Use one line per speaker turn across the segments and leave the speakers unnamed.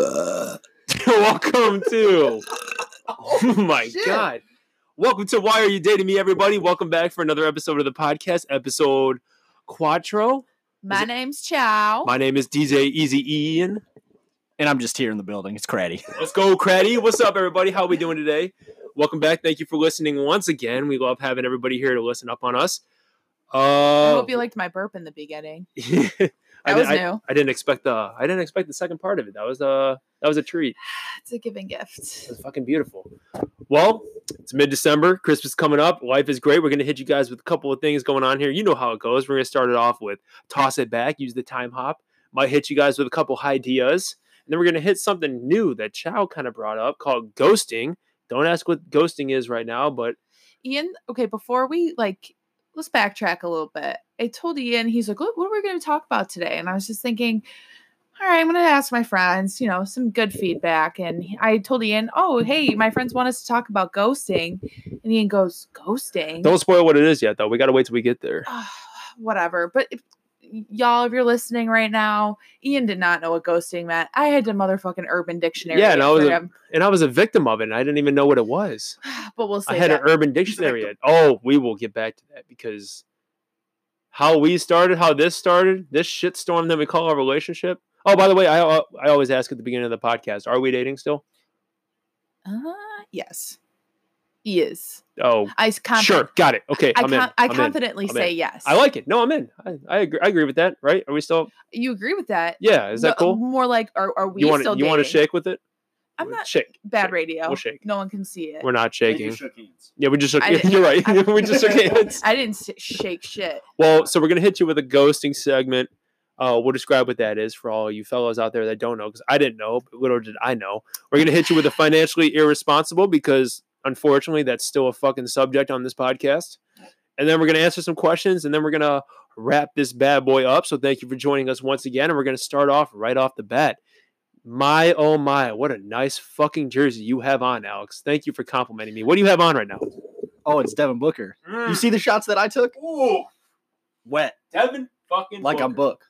Uh,
Welcome to. Oh my
shit.
god. Welcome to Why Are You Dating Me, everybody. Welcome back for another episode of the podcast, episode Quattro.
My name's Chow.
My name is DJ Easy Ian.
and I'm just here in the building. It's cratty.
Let's go, Craddy. What's up, everybody? How we doing today? Welcome back. Thank you for listening once again. We love having everybody here to listen up on us.
I
Uh,
hope you liked my burp in the beginning.
I, did-
That was
I,
new.
I didn't expect the I didn't expect the second part of it. That was uh that was a treat.
It's a giving gift.
It's fucking beautiful. Well, it's mid December. Christmas coming up. Life is great. We're going to hit you guys with a couple of things going on here. You know how it goes. We're going to start it off with toss it back, use the time hop. Might hit you guys with a couple ideas. And then we're going to hit something new that Chow kind of brought up called ghosting. Don't ask what ghosting is right now, but
Ian, okay, before we like, let's backtrack a little bit. I told Ian, he's like, "What what are we going to talk about today?" And I was just thinking, all right, I'm going to ask my friends, you know, some good feedback. And he- I told Ian, oh, hey, my friends want us to talk about ghosting. And Ian goes, ghosting?
don't spoil what it is yet, though. We got to wait till we get there.
Ah, whatever. But if, y'all, if you're listening right now, Ian did not know what ghosting meant. I had to motherfucking Urban Dictionary.
Yeah, and
it
I was
for
a-
him.
And I was a victim of it, and I didn't even know what it was.
but we'll see.
I had an urban dictionary. At, oh, we will get back to that because how we started, how this started, this shit storm that we call our relationship. Oh, by the way, I al- I always ask at the beginning of the podcast, are we dating still?
Uh, yes. He is.
Oh,
I s- confi-
sure, got it. Okay,
I,
I'm in.
con- I
I'm in.
confidently
I'm
say yes.
I like it. No, I'm in. I, I agree. I agree with that. Right? Are we still?
You agree with that?
Yeah. Is that
No,
cool?
More like, are, are we
You want
still
you want to
dating?
shake with it?
I'm not
shake.
bad
shake.
radio.
We'll shake.
No one can see it.
We're not shaking.
shook hands.
Yeah, we just shook.
I did-
You're right.
I-
we just shook hands.
I didn't s- shake shit.
Well, so we're gonna hit you with a ghosting segment. Uh, we'll describe what that is for all you fellows out there that don't know, because I didn't know, but little did I know. We're gonna hit you with a financially irresponsible because unfortunately that's still a fucking subject on this podcast. And then we're gonna answer some questions, and then we're gonna wrap this bad boy up. So thank you for joining us once again, and we're gonna start off right off the bat. My oh my, what a nice fucking jersey you have on, Alex. Thank you for complimenting me. What do you have on right now?
Oh, it's Devin Booker.
Hmm.
You see the shots that I took?
Mm. Ooh,
Wet,
Devin fucking
like a book.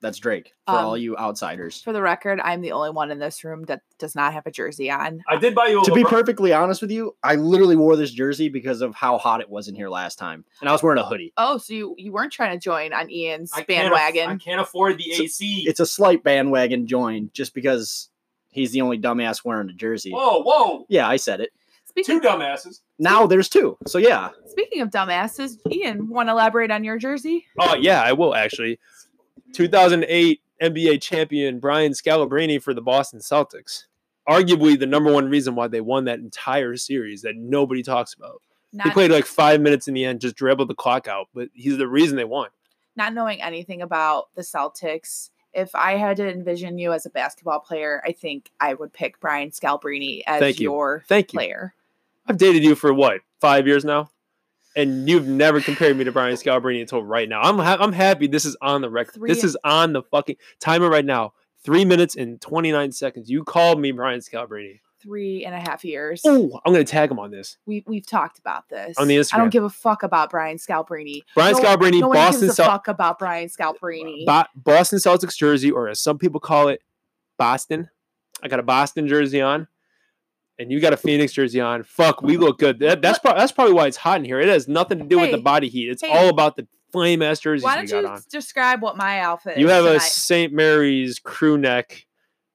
That's Drake for
Um,
all you outsiders.
For the record, I'm the only one in this room that does not have a jersey on.
I did buy you a
To be
LeBron-
perfectly honest with you, I literally wore this jersey because of how hot it was in here last time, and I was wearing a hoodie.
Oh, so you, you weren't trying to join on Ian's
I can't aff- I
bandwagon.
can't afford the
So,
AC.
It's a slight bandwagon join, just because he's the only dumbass wearing a jersey.
whoa, whoa,
Yeah, I said it.
Speaking,
dumbasses.
Now there's two. So yeah,
speaking of dumbasses, Ian, want to elaborate on your jersey?
Oh yeah, I will actually. 2008 NBA champion Brian Scalabrine for the Boston Celtics. Arguably the number one reason why they won that entire series that nobody talks about.
Not,
He played like five minutes in the end, just dribbled the clock out, but he's the reason they won.
not knowing anything about the Celtics, if I had to envision you as a basketball player, I think I would pick Brian Scalbrini as
Thank you.
your
Thank you.
player.
I've dated you for what five years now, and you've never compared me to Brian Scalabrine until right now. I'm ha- I'm happy. This is on the record.
Three-
This is on the fucking timer right now. Three minutes and twenty nine seconds. You called me Brian Scalabrine.
Three and a half years.
Oh, I'm gonna tag him on this.
We we've talked about this
On the
I
Instagram.
don't give a fuck about Brian Scalbrini.
Brian
No-
Scalabrine,
no one
Boston
gives a
Cel-
fuck about Brian Scalbrini.
Bo- Boston Celtics jersey, or as some people call it, Boston. I got a Boston jersey on, and you got a Phoenix jersey on. Fuck, we look good. That, that's pro- that's probably why it's hot in here. It has nothing to do with the
Hey,
body heat. It's
hey.
all about the flame ass jerseys
Why
we
don't
got
you
on.
describe what my outfit?
You
is
have a
tonight?
St. Mary's crew neck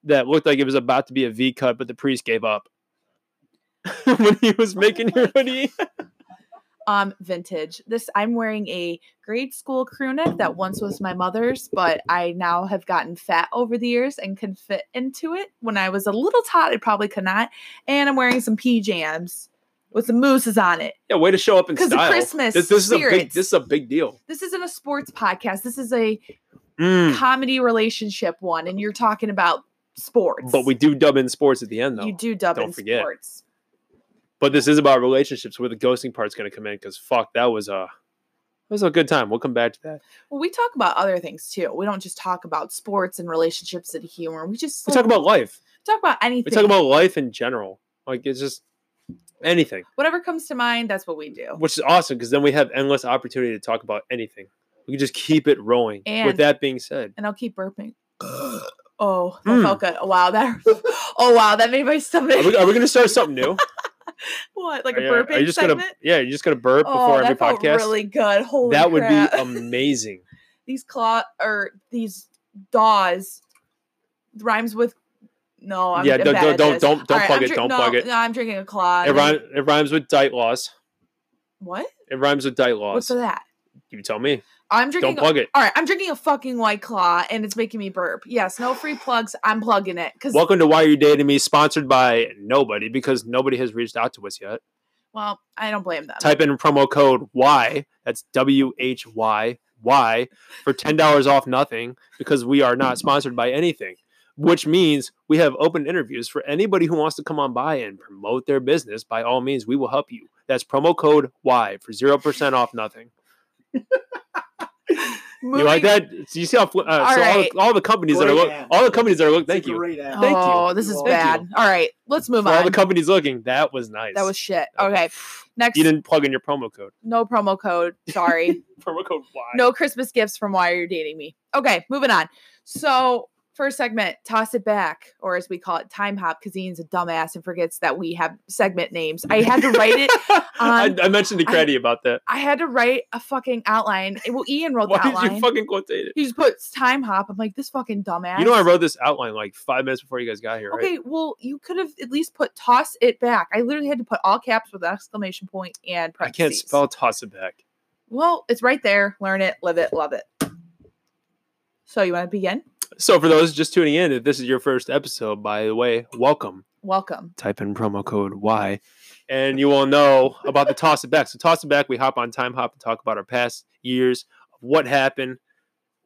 that looked like it was about to be a V cut, but the priest gave up when he was
Oh
making your hoodie.
um vintage this i'm wearing a grade school crew neck that once was my mother's but i now have gotten fat over the years and can fit into it when i was a little tot i probably could not and i'm wearing some pjams with some mooses on it
Yeah, way to show up in
'Cause of
style.
Christmas
This, this is a big.
spirits.
This is a big deal.
this isn't a sports podcast this is a
Mm,
comedy relationship one and you're talking about sports
But we do dub in sports at the end, though.
you do dub
don't
in
forget.
sports
But this is about relationships where the ghosting part's going to come in because fuck, that was a that was a good time. We'll come back to that.
well we talk about other things too we don't just talk about sports and relationships and humor we just
We
like,
talk about life.
talk about
We
anything
talk about life in general. Like it's just anything,
whatever comes to mind that's what we do
which is awesome because then we have endless opportunity to talk about anything. We can just keep it rolling.
And-
With that being said,
and I'll keep burping.
uh,
Oh, that
Mm.
felt good. Oh, wow, that. Oh wow, that made my stomach.
Are we, are we going to start something new?
what like
are
a
you, are
burping
you just
segment?
Gonna, yeah, you're just going to burp
oh,
before
that
every
felt
podcast.
really good. Holy
that would
crap.
be um, amazing.
these claw or these daws rhymes with no. I'm
yeah,
I'm
don't
bad
don't
at
don't
this.
don't, don't
All right,
plug
I'm
it.
drink-
Don't
no,
plug it.
No, I'm drinking a claw.
It, rhyme, it rhymes with diet loss.
What?
It rhymes with diet
What's
loss.
for that?
You tell me.
I'm
Don't
drinking.
plug it.
all right, I'm drinking a fucking white claw, and it's making me burp. Yes, no free plugs. I'm plugging it because well,
Welcome to Why Are You Dating Me, sponsored by nobody because nobody has reached out to us yet.
I don't blame them.
Type in promo code Y, that's W H Y Y, for $10 off nothing because we are not sponsored by anything, which means we have open interviews for anybody who wants to come on by and promote their business. By all means, we will help you. That's promo code Y for 0% off nothing. You like
Moving-
that? So you see how fl- uh,
All
so all,
right.
the, all the companies that are
Great
look,
ad.
all the companies that are look. Thank you.
Great ad.
Thank you.
oh, this
You
is
all-
bad.
Thank
All right, let's move
For all
on.
the companies looking, that was nice.
that was shit.
That was-
Okay, next,
You didn't plug in your promo code.
no promo code. Sorry.
Promo code Y.
no Christmas gifts from Why You're Dating Me. Okay, moving on. So, first segment, toss it back, or as we call it, time hop, because Ian's a dumbass and forgets that we have segment names. I had to write it.
I, I mentioned to
Um, I-
Craddy about that.
I had to write a fucking outline. Well, Ian wrote
Why
the
did
outline.
you fucking quote it?
he just puts time hop. I'm like, this fucking dumbass.
You know, I wrote this outline like five minutes before you guys got here, right?
Okay, well, you could have at least put toss it back. I literally had to put all caps with an exclamation point and
I
parentheses.
can't spell toss it back.
Well, it's right there. Learn it, live it, love it. So, you want to begin?
So, for those just tuning in, if this is your first episode, by the way, welcome.
Welcome.
Type in promo code Y and you will know about the toss it back. So, toss it back, we hop on Time Hop and talk about our past years, what happened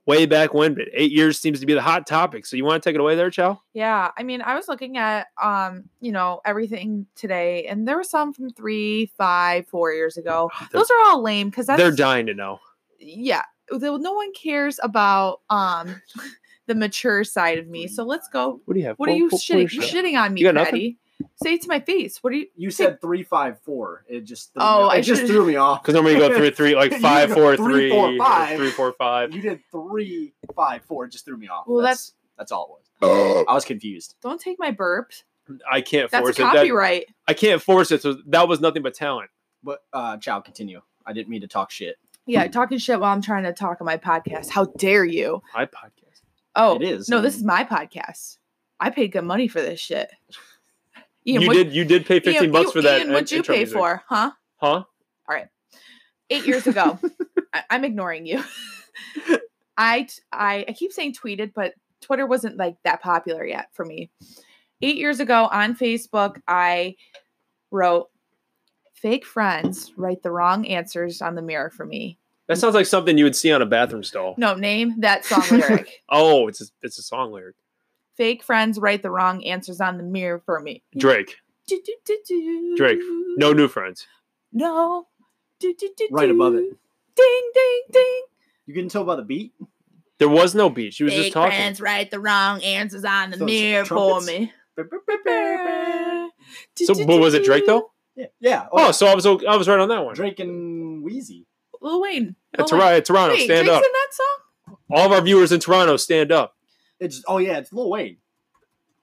way back when, but eight years seems to be the hot topic. So, you want to take it away there, Chow?
Yeah, I mean, I was looking at um, you know, everything today, and there were some from three, five, four years ago.
They're-
Those are all lame because that's
They're dying to know.
yeah. though No one cares about um the mature side of me. So let's go.
What do you have?
What are you shitting?
your
You're
shit?
shitting on me,
You got nothing?
Patty. Say it to my face. What are you?
You said three five four. It just threw me
Oh,
off.
I
it just
should've-
threw me off.
Because normally you go three, three, like
You
five,
go
four,
three,
three,
four,
or
five.
three, four, five.
You did three five four. It just threw me off.
Well,
that's that's all it was. I was confused.
Don't take my burps.
I can't
That's
force it. That,
copyright.
I can't force it. So that was nothing but talent.
But uh, Chow, continue. I didn't mean to talk shit.
Yeah, talking shit while I'm trying to talk on my podcast. How dare you?
I podcast.
Oh,
It is,
No,
I
this
mean-
is my podcast. I paid good money for this shit. Ian,
you
what-
did. You did pay
Ian-
fifteen bucks
you-
for that.
Ian,
in-
what'd you
intro
pay
music.
for? Huh?
Huh?
Eight years ago. I, I'm ignoring you. I, t- I I keep saying tweeted, but Twitter wasn't like that popular yet for me. Eight years ago on Facebook, I wrote fake friends write the wrong answers on the mirror for me.
That sounds like something you would see on a bathroom stall.
No, name that song lyric.
Oh, it's a, it's a song lyric.
fake friends write the wrong answers on the mirror for me.
Drake.
Do, do, do, do.
Drake, No new friends.
No. Do, do, do,
Right above it.
do. Ding, ding, ding.
You can tell by the beat.
There was no beach. He was just talking.
write the wrong answers on the
Those
mirror
trumpets.
for me.
So, but was it Drake though?
Yeah. Yeah.
Oh, so I was o- I was right on that one.
Drake and Wheezy.
Lil Wayne.
Yeah,
Lil Wayne.
Toronto, Toronto,
Wait,
stand
Drake's
up.
in that song?
All of our viewers in Toronto, stand up.
It's oh yeah, it's Lil Wayne.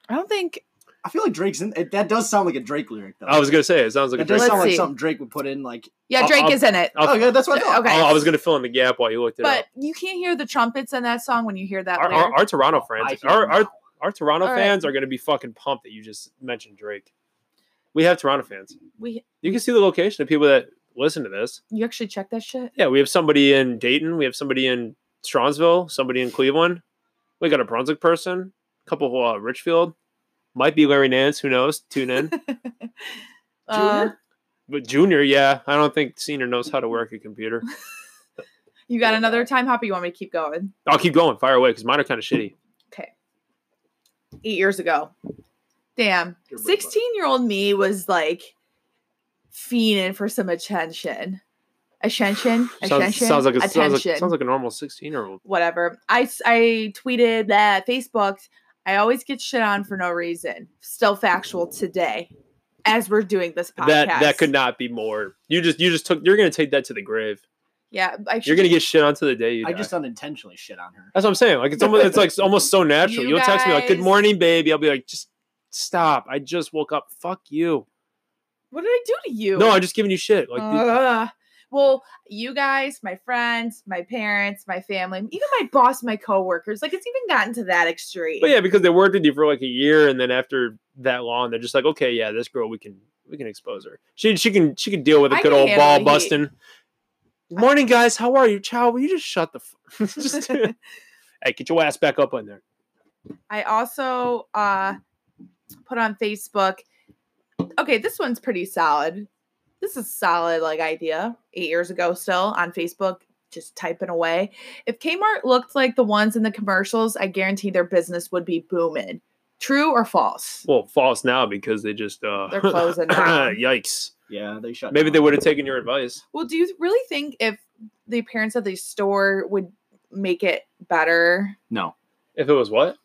I don't think.
I feel like Drake's in. It, that does sound like a Drake lyric though.
I was gonna say it sounds like a
That
Drake.
does
Let's
sound like
see.
something Drake would put in. Like
Yeah,
I'll-
Drake
I'll-
is in it.
I'll-
oh yeah, that's what I thought.
Okay.
I I was gonna fill in the gap while you looked it up.
But you can't hear the trumpets in that song when you hear that.
Our,
lyric.
our, our Toronto
I
friends,
hear
our, our
now.
our Toronto
All right.
fans are going to be fucking pumped that you just mentioned Drake. We have Toronto fans.
we,
You can see the location of people that listen to this.
you actually check that shit?
Yeah, we have somebody in Dayton. We have somebody in Strongsville. Somebody in Cleveland. We got a Brunswick person. A couple uh, Richfield. Might be Larry Nance. Who knows? Tune in.
Uh,
but Junior, yeah, I don't think Senior knows how to work a computer.
you got another time hop or you want me to keep going?
I'll keep going. Fire away because mine are kind of shitty.
Eight years ago. Damn.
Your birthday.
16 year old me was like fiending for some attention. Attention.
Sounds,
Attention.
sounds like a,
attention.
sounds like sounds like a normal sixteen year old.
Whatever. I, s- I tweeted that Facebook, I always get shit on for no reason. Still factual today as we're doing this podcast.
That that could not be more. You just you just took. You're going to take that to the grave.
Yeah, I
You're gonna get shit on to the day you die.
I just unintentionally shit on her.
That's what I'm saying. Like it's almost it's like almost so natural.
You
You'll text me like "Good
guys-
morning, baby." I'll be like, "Just stop. I just woke up. Fuck you."
What did I do to you? Uh,
No, I'm just giving you shit. Like
Ugh. well, you guys, my friends, my parents, my family, even my boss, my coworkers. Like it's even gotten to that extreme.
But yeah, because they worked with you for like a year, and then after that long, they're just like, okay, yeah, this girl, we can we can expose her. She she can she can deal with a
I
good
can
old
handle
ball
the heat.
busting. Morning, guys. How are you, child? Will you just shut the? F- just hey, get your ass back up on there.
I also uh put on Facebook. Okay, this one's pretty solid. This is solid like idea. 8 years ago still on Facebook just typing away. If Kmart looked like the ones in the commercials, I guarantee their business would be booming. True or false?
Well, false now because they just uh
They're closing down.
yikes.
Yeah, they shut.
Maybe
down.
they would have taken your advice.
Well, do you really think if the appearance of the store would make it better?
No,
If it was what?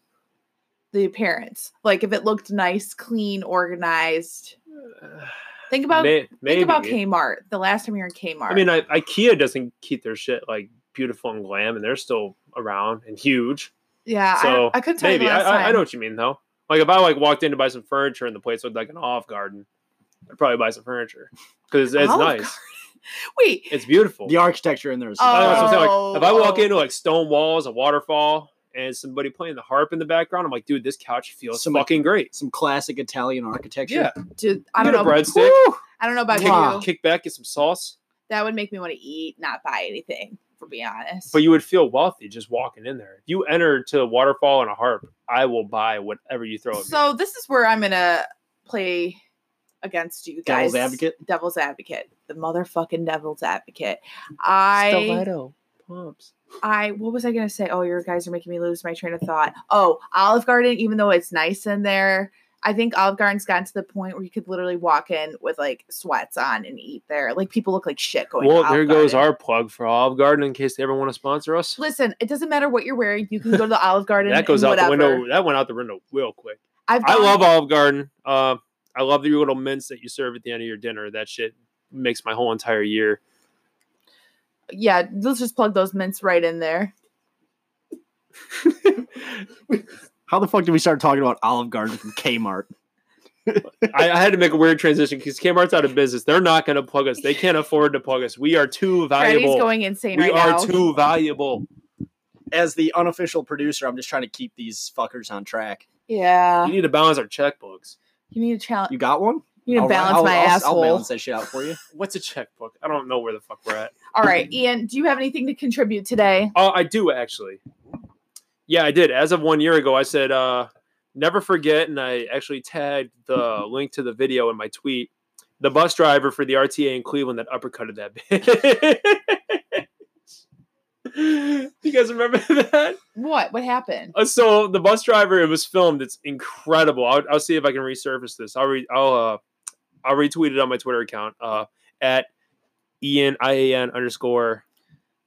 The appearance, like if it looked nice, clean, organized. Think about
May-
think about
maybe.
Kmart. The last time you were in Kmart,
I mean, I, IKEA doesn't keep their shit like beautiful and glam, and they're still around and huge.
Yeah, I,
So
don't- I couldn't tell
Maybe
you the
I,
last
I, I
time.
know what you mean though. Like if I like walked in to buy some furniture and the place looked like an Olive Garden, I'd probably buy some furniture because it's,
Olive
nice.
Garden. Wait,
It's beautiful.
the architecture in there is.
I know what I'm saying. Like, if I walk
Oh.
into like stone walls, a waterfall, and somebody playing the harp in the background, I'm like, dude, this couch feels
Some-
fucking great.
some classic Italian architecture.
Yeah,
dude, I don't
get
know.
a breadstick.
I don't know about
Kick,
Wow.
you.
kick back, get some sauce,
That would make me want to eat, not buy anything. For being honest,
but you would feel wealthy just walking in there. If you enter to a waterfall and a harp, I will buy whatever you throw at me.
so this is where I'm gonna play against you guys.
Devil's advocate?
Devil's advocate. The motherfucking devil's advocate. I.
pumps.
I what was I gonna say? Oh, your guys are making me lose my train of thought. Oh, Olive Garden, even though it's nice in there, I think Olive Garden's gotten to the point where you could literally walk in with like sweats on and eat there. Like people look like shit going. to
Well,
Olive
there goes
Garden.
our plug for Olive Garden in case they ever want to sponsor us.
Listen, it doesn't matter what you're wearing. You can go to the Olive Garden.
That goes
and
out the
whatever.
window. That went out the window real quick.
I've
I
gone-
love Olive Garden. Uh, I love your little mints that you serve at the end of your dinner. That shit makes my whole entire year.
Yeah, let's just plug those mints right in there.
How the fuck did we start talking about Olive Garden from Kmart?
I, I had to make a weird transition because Kmart's out of business. They're not going to plug us. They can't afford to plug us. We are too
Freddie's
valuable.
going insane
We
right
are
now.
too valuable.
As the unofficial producer, I'm just trying to keep these fuckers on track.
yeah,
We need to balance our checkbooks.
you need to challenge.
You got one?
You need to
All right,
balance
I'll-
my
I'll-
asshole.
I'll balance that shit out for you.
What's a checkbook? I don't know where the fuck we're at.
All right, Ian, do you have anything to contribute today?
Oh, I do actually. Yeah, I did. As of one year ago, I said, uh, never forget, and I actually tagged the link to the video in my tweet. The bus driver for the RTA in Cleveland that uppercutted that bitch. you guys remember that?
What? What happened?
Uh, So the bus driver, it was filmed. It's incredible. I'll, I'll see if I can resurface this. I'll re- I'll uh, I'll retweet it on my Twitter account uh, at Ian IAN underscore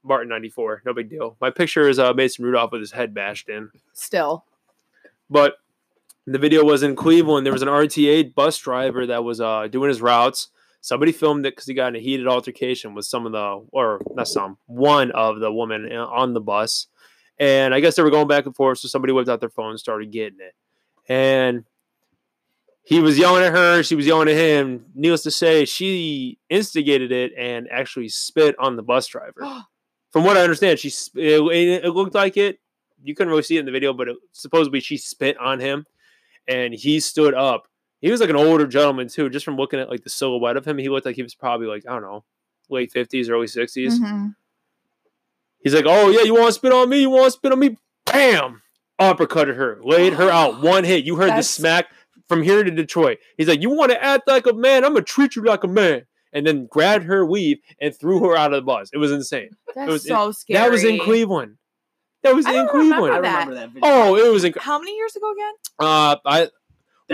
Martin ninety four. No big deal. My picture is uh, Mason Rudolph with his head bashed in.
Still.
But the video was in Cleveland. There was an RTA bus driver that was uh, doing his routes. Somebody filmed it because he got in a heated altercation with some of the, or not some, one of the women uh, on the bus. And I guess they were going back and forth. So somebody whipped out their phone and started getting it. And he was yelling at her. She was yelling at him. Needless to say, she instigated it and actually spit on the bus driver from what I understand, she sp- it, it it looked like it. You couldn't really see it in the video, but it, supposedly she spit on him, and he stood up. He was like an older gentleman too, just from looking at like the silhouette of him. He looked like he was probably like I don't know, late fifties, early 60s
Mhm.
He's like, "Oh yeah, you want to spit on me? You want to spit on me?" Bam! Uppercutted her, laid her out. One hit. You heard the
That's-
smack from here to Detroit. He's like, "You want to act like a man? I'm gonna treat you like a man." And then grabbed her weave and threw her out of the bus. It was insane.
That's
was in-
so scary.
That was in Cleveland. That was
I
in
don't remember
I
Cleveland.
that.
remember that video.
Oh, it was in.
How many years ago again?
Uh, I
That-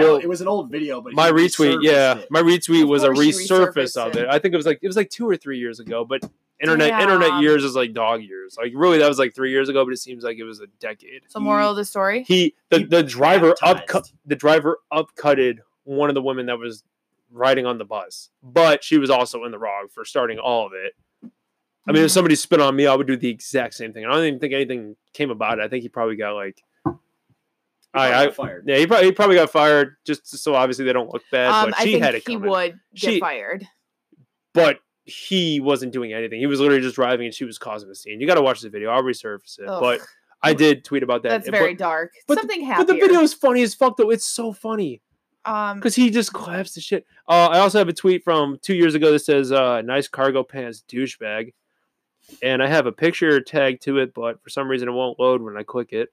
well,
it was an old video, but
my
he
retweet.
resurfaced
Yeah,
it.
my retweet
Of
was a
course you
resurface
resurfaced
of
it.
it. I think it was like it was like two or three years ago, but internet internet
Damn.
years is like dog years. Like really, that was like three years ago, but it seems like it was a decade.
So moral of the story.
He the
He
the driver upcut
baptized.
the driver upcutted one of the women that was riding on the bus, but she was also in the wrong for starting all of it. I mean,
Mhm.
if somebody spit on me, I would do the exact same thing. And I don't even think anything came about it. I think he probably got like,
Probably
I, I
got fired.
yeah, he probably, he probably got fired just so obviously they don't look bad.
Um,
but
I
she
think
had it
he
coming.
would get
She-
fired.
But he wasn't doing anything. He was literally just driving and she was causing a scene. You got to watch the video. I'll resurface it.
Ugh,
But I did tweet about that.
that's
But-
very dark.
but the-
Something
But
happened.
the video is funny as fuck, though. It's so funny.
Um,
because he just claps the shit. Uh, I also have a tweet from two years ago that says, uh, "Nice cargo pants, douchebag," and I have a picture tag to it, but for some reason it won't load when I click it.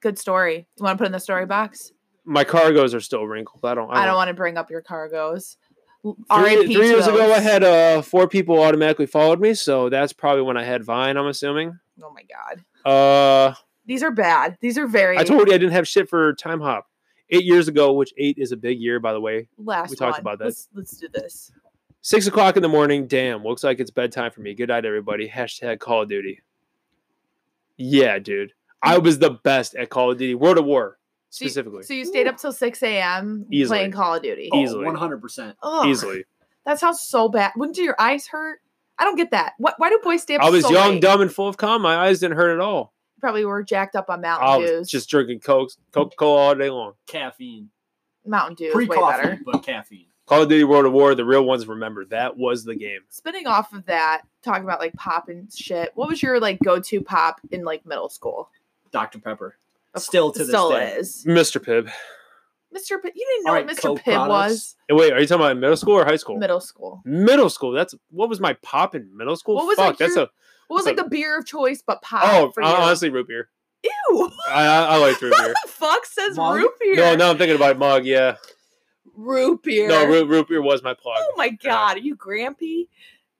good story. You want to put in the story box?
My cargos are still wrinkled. I don't.
I don't want to bring up your cargos. L-
Three,
R.I.P.
three
to
years ago, I
those.
had uh, four people automatically followed me, so that's probably when I had Vine. I'm assuming.
Oh my god,
Uh,
these are bad. These are very.
I told you I didn't have shit for Time Hop. Eight years ago, which eight is a big year, by the way.
last.
we talked
one.
about that.
Let's, let's do this.
Six o'clock in the morning. Damn, looks like it's bedtime for me. Good night, everybody. Hashtag Call of Duty. Yeah, dude, I
Mm.
was the best at Call of Duty. World of War
So you-
specifically,
So you stayed up till six a.m.
Easily.
playing Call of Duty.
Oh, easily.
100%.
Ugh,
easily.
That sounds so bad. Wouldn't do your eyes hurt? I don't get that. What? Why do boys stay up?
I was
so
young,
late?
dumb, and full of calm. My eyes didn't hurt at all.
Probably were jacked up on
I
Mountain Dews.
was just drinking Coke, Coca Cola all day long.
Caffeine.
Mountain Dew
Pre
is way better.
coffee, but caffeine.
Call of Duty World of War. The real ones remember that was the game.
Spinning off of that, talking about like pop and shit. What was your like go-to pop in like middle school?
Dr. Pepper.
Of
Still to this
Still
day.
is.
Mr. Pibb.
Mr. Pitt, you didn't know
All
what
right,
Mr.
Coke
Pitt was
products.
And wait, are you talking about middle school or high school?
middle school.
Middle school. That's what was my pop in middle school.
What was,
Fuck,
like,
that's
your-
a
What was
So-
like the beer of choice but pop?
oh.
for you?
Honestly, root beer.
Ew.
I, I, I like root beer.
What the fuck says
Mug?
root beer?
No, now I'm thinking about mug. Yeah.
Root beer.
No, root, root beer was my plug.
Oh my god, are you grampy?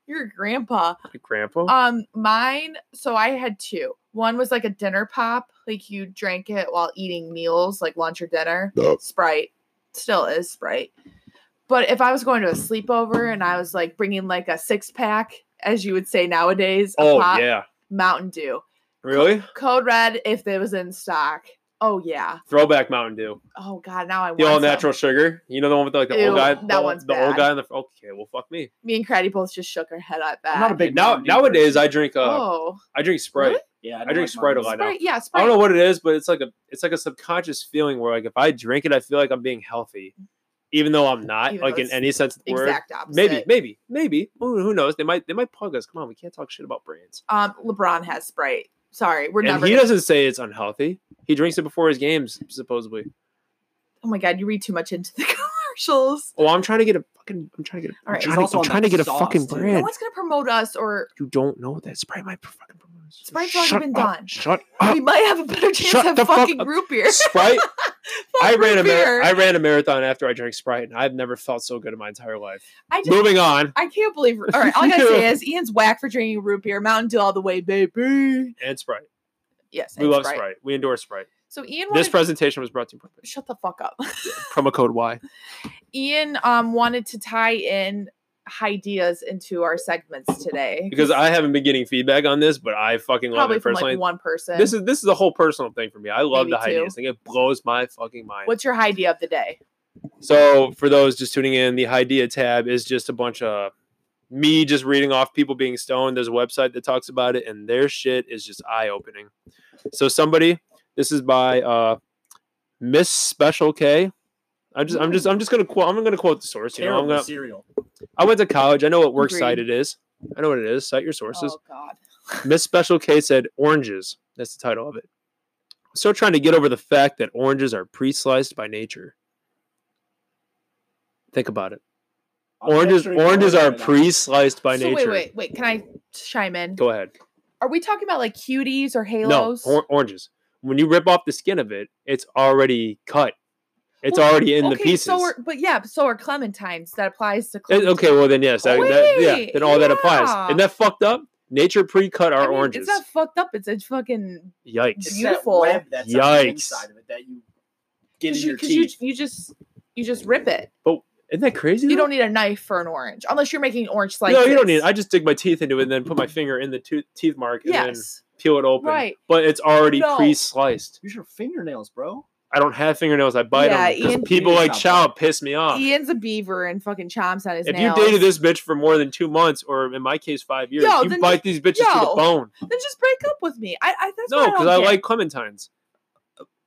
You're a grandpa.
Grandpa.
Um, mine. So I had two. One was like a dinner pop, like you drank it while eating meals, like lunch or dinner. Sprite still is Sprite. But if I was going to a sleepover and I was like bringing like a six pack, as you would say nowadays, a
oh
pop,
yeah.
Mountain Dew,
Really?
Code Red if it was in stock. Oh yeah.
Throwback Mountain Dew.
Oh god, now I want
The all
some.
natural sugar. You know the one with like the
Ew,
old guy.
that
the, old-
one's
the old
bad.
guy in the. Okay, well, fuck me.
Me and Craddy both just shook our head at that.
I'm not a big
Now
Mountain Dew
nowadays
person.
I drink uh
oh,
I drink Sprite.
Really?
yeah,
I drink Sprite a lot. I know.
Sprite, yeah, Sprite.
I don't know what it is, but it's like a it's like a subconscious feeling where like if I drink it, I feel like I'm being healthy, even though I'm not.
Even though
like in
it's
any sense of the word.
Exact opposite.
Maybe, maybe, maybe. Who, who knows? They might they might plug us. Come on, we can't talk shit about brands.
Um, LeBron has Sprite. Sorry, we're
and
never.
he
gonna-
doesn't say it's unhealthy. He drinks it before his games, supposedly.
oh my god, you read too much into the commercials.
Oh, I'm trying to get a fucking. I'm trying to get. A,
All right,
I'm
he's
trying, to-
also
I'm
on
trying
that
to get a
sauce,
fucking
too.
brand.
No one's gonna promote us, or
you don't know that Sprite might fucking promote. us.
Sprite's already
Shut
been
up.
done.
Shut
we
up.
might have a better chance
Shut
of
the fuck
fucking
up.
root beer.
Sprite.
Fuck
I ran a
root
mar-
beer.
I ran a marathon after I drank Sprite, and I've never felt so good in my entire life.
I just,
Moving on,
I can't believe. All right, all I gotta say is Ian's whack for drinking root beer. Mountain Dew all the way, baby.
and Sprite.
Yes,
We
and
love Sprite. We endorse Sprite.
So
This
Ian wanted.
presentation was brought to you by
Shut the fuck up.
promo code Y.
Ian um wanted to tie in ideas into our segments today
Because I haven't been getting feedback on this, but I fucking love
probably
it
from like
personally.
one person.
this is this is a whole personal thing for me. I love
Maybe
the high
two.
ideas thing. It blows my fucking mind.
What's your idea of the day?
So for those just tuning in, the idea tab is just a bunch of me just reading off people being stoned. There's a website that talks about it, and their shit is just eye opening. So somebody, this is by uh, Miss Special K. I'm just, I'm just, I'm just gonna quote. I'm gonna quote the source. You know, I'm
Terrible
gonna.
cereal.
I went to college. I know what work site
Agreed.
it is. I know what it is. Cite your sources.
Oh God.
Miss Special K said oranges. That's the title of it. Still trying to get over the fact that oranges are pre-sliced by nature. Think about it.
I'm
oranges
picturing
oranges
orange
are
right now.
pre-sliced by
so
nature.
wait, wait, wait. Can I chime in?
Go ahead.
Are we talking about like cuties or halos?
No, or- oranges. When you rip off the skin of it, it's already cut. It's
Well,
already in
okay,
the pieces.
So are, but yeah, so are clementines. That applies to
It-
clementines.
okay, well then yes, that, that- yeah,
Wait,
then all that applies. Isn't
yeah.
that fucked up? Nature pre-cut our
I mean,
oranges.
It's not fucked up. It's a fucking
Yikes.
It's
Beautiful.
That web that's on the
Yikes.
inside of it that you get
because
in
you,
your
'cause you
teeth.
you just you just rip it.
Isn't that crazy?
You
though?
don't need a knife for an orange unless you're making orange slices.
no, you don't need. It. I just dig my teeth into it and then put my finger in the tooth, teeth mark and then
yes.
peel it open.
Right.
But it's already
No.
pre-sliced.
Use your fingernails, bro.
I don't have fingernails. I bite
Yeah,
them. 'cause
Ian-
people
Ian
like
chomps
Chow
on
piss me off.
Ian's a beaver and fucking chomps on his
if you
nails.
dated this bitch for more than two months, or in my case, five years,
Yo,
you
then
bite these bitches to the
yo.
bone.
then just break up with me. I, I that's
No, because
because
I, like clementines.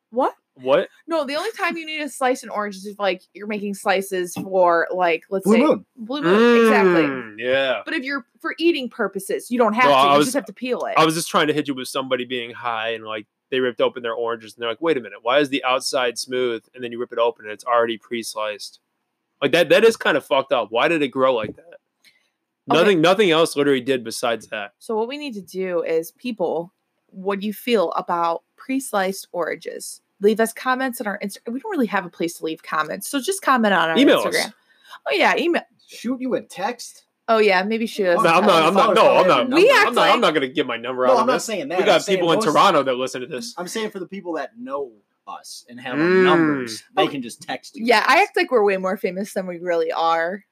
what.
What?
No, the only time you need to slice an orange is if like you're making slices for like let's
Blue
say
moon.
blue moon exactly.
Mm, yeah.
But if you're for eating purposes, you don't have
No,
to.
I
you
was-
just have to peel it.
I was just trying to hit you with somebody being high and like they ripped open their oranges and they're like, wait a minute, why is the outside smooth? And then you rip it open and it's already pre-sliced. Like that that is kind of fucked up. Why did it grow like that?
Okay.
Nothing nothing else literally did besides that.
So what we need to do is people, what do you feel about pre-sliced oranges? Leave us comments on our Instagram. We don't really have a place to leave comments, so just comment on our
Email us.
Instagram. Oh yeah, email.
Shoot you a text?
Oh yeah, maybe shoot us.
No,
Oh,
a
I'm
text.
not I'm not no, I'm not
We
I'm,
act
not I'm
like-
not gonna give my number
No,
out
I'm
on
not
this.
saying that.
We
I'm
got
saying
people in
those-
Toronto that listen to this.
I'm saying for the people that know us and have
Mm.
our numbers, they
Okay.
can just text you.
Oh, Yeah, I act like we're way more famous than we really are.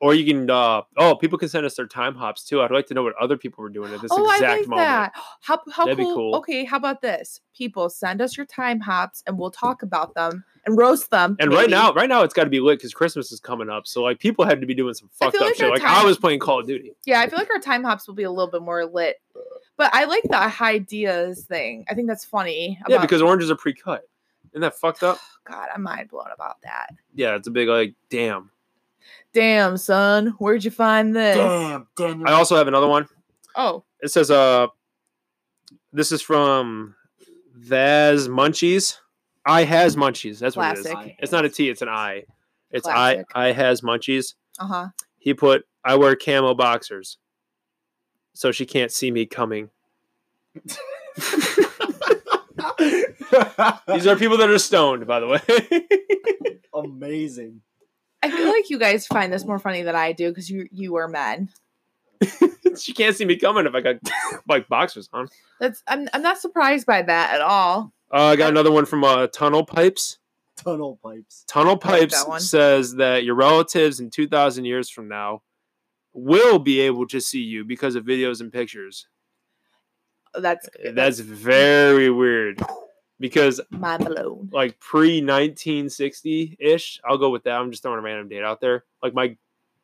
Or you can uh oh people can send us their time hops too. I'd like to know what other people were doing at this
oh, I
exact
like
moment.
that. How how
That'd be
cool.
cool.
Okay, how about this? People send us your time hops and we'll talk about them and roast them.
And right
maybe.
now, right now it's got to be lit because Christmas is coming up. So like people had to be doing some
I
fucked
feel
up
like
shit.
our
Like I
time-
was playing Call of Duty.
Yeah, I feel like our time hops will be a little bit more lit. But I like the ideas thing. I think that's funny.
Yeah,
about-
because oranges are pre-cut. Isn't that fucked up?
God, I'm mind blown about that.
Yeah, it's a big like damn.
Damn, son, where'd you find this?
Damn, Daniel.
I
Mm.
also have another one.
Oh,
It says uh this is from Vaz Munchies. I has munchies. That's what it is.
Classic.
It's not a T, it's an I. It's
Classic.
I I has munchies.
uh huh.
He put I wear camo boxers. So she can't see me coming. These are people that are stoned, by the way.
amazing.
I feel like you guys find this more funny than I do because you you are men.
she can't see me coming if I got like boxers on.
That's I'm I'm not surprised by that at all.
Uh, I got another one from uh, Tunnel Pipes.
Tunnel pipes.
Tunnel
I like that
Pipes
one.
says that your relatives in 2,000 years from now will be able to see you because of videos and pictures.
That's
That's very weird because
mind blown.
like pre 1960 ish, I'll go with that. I'm just throwing a random date out there. Like my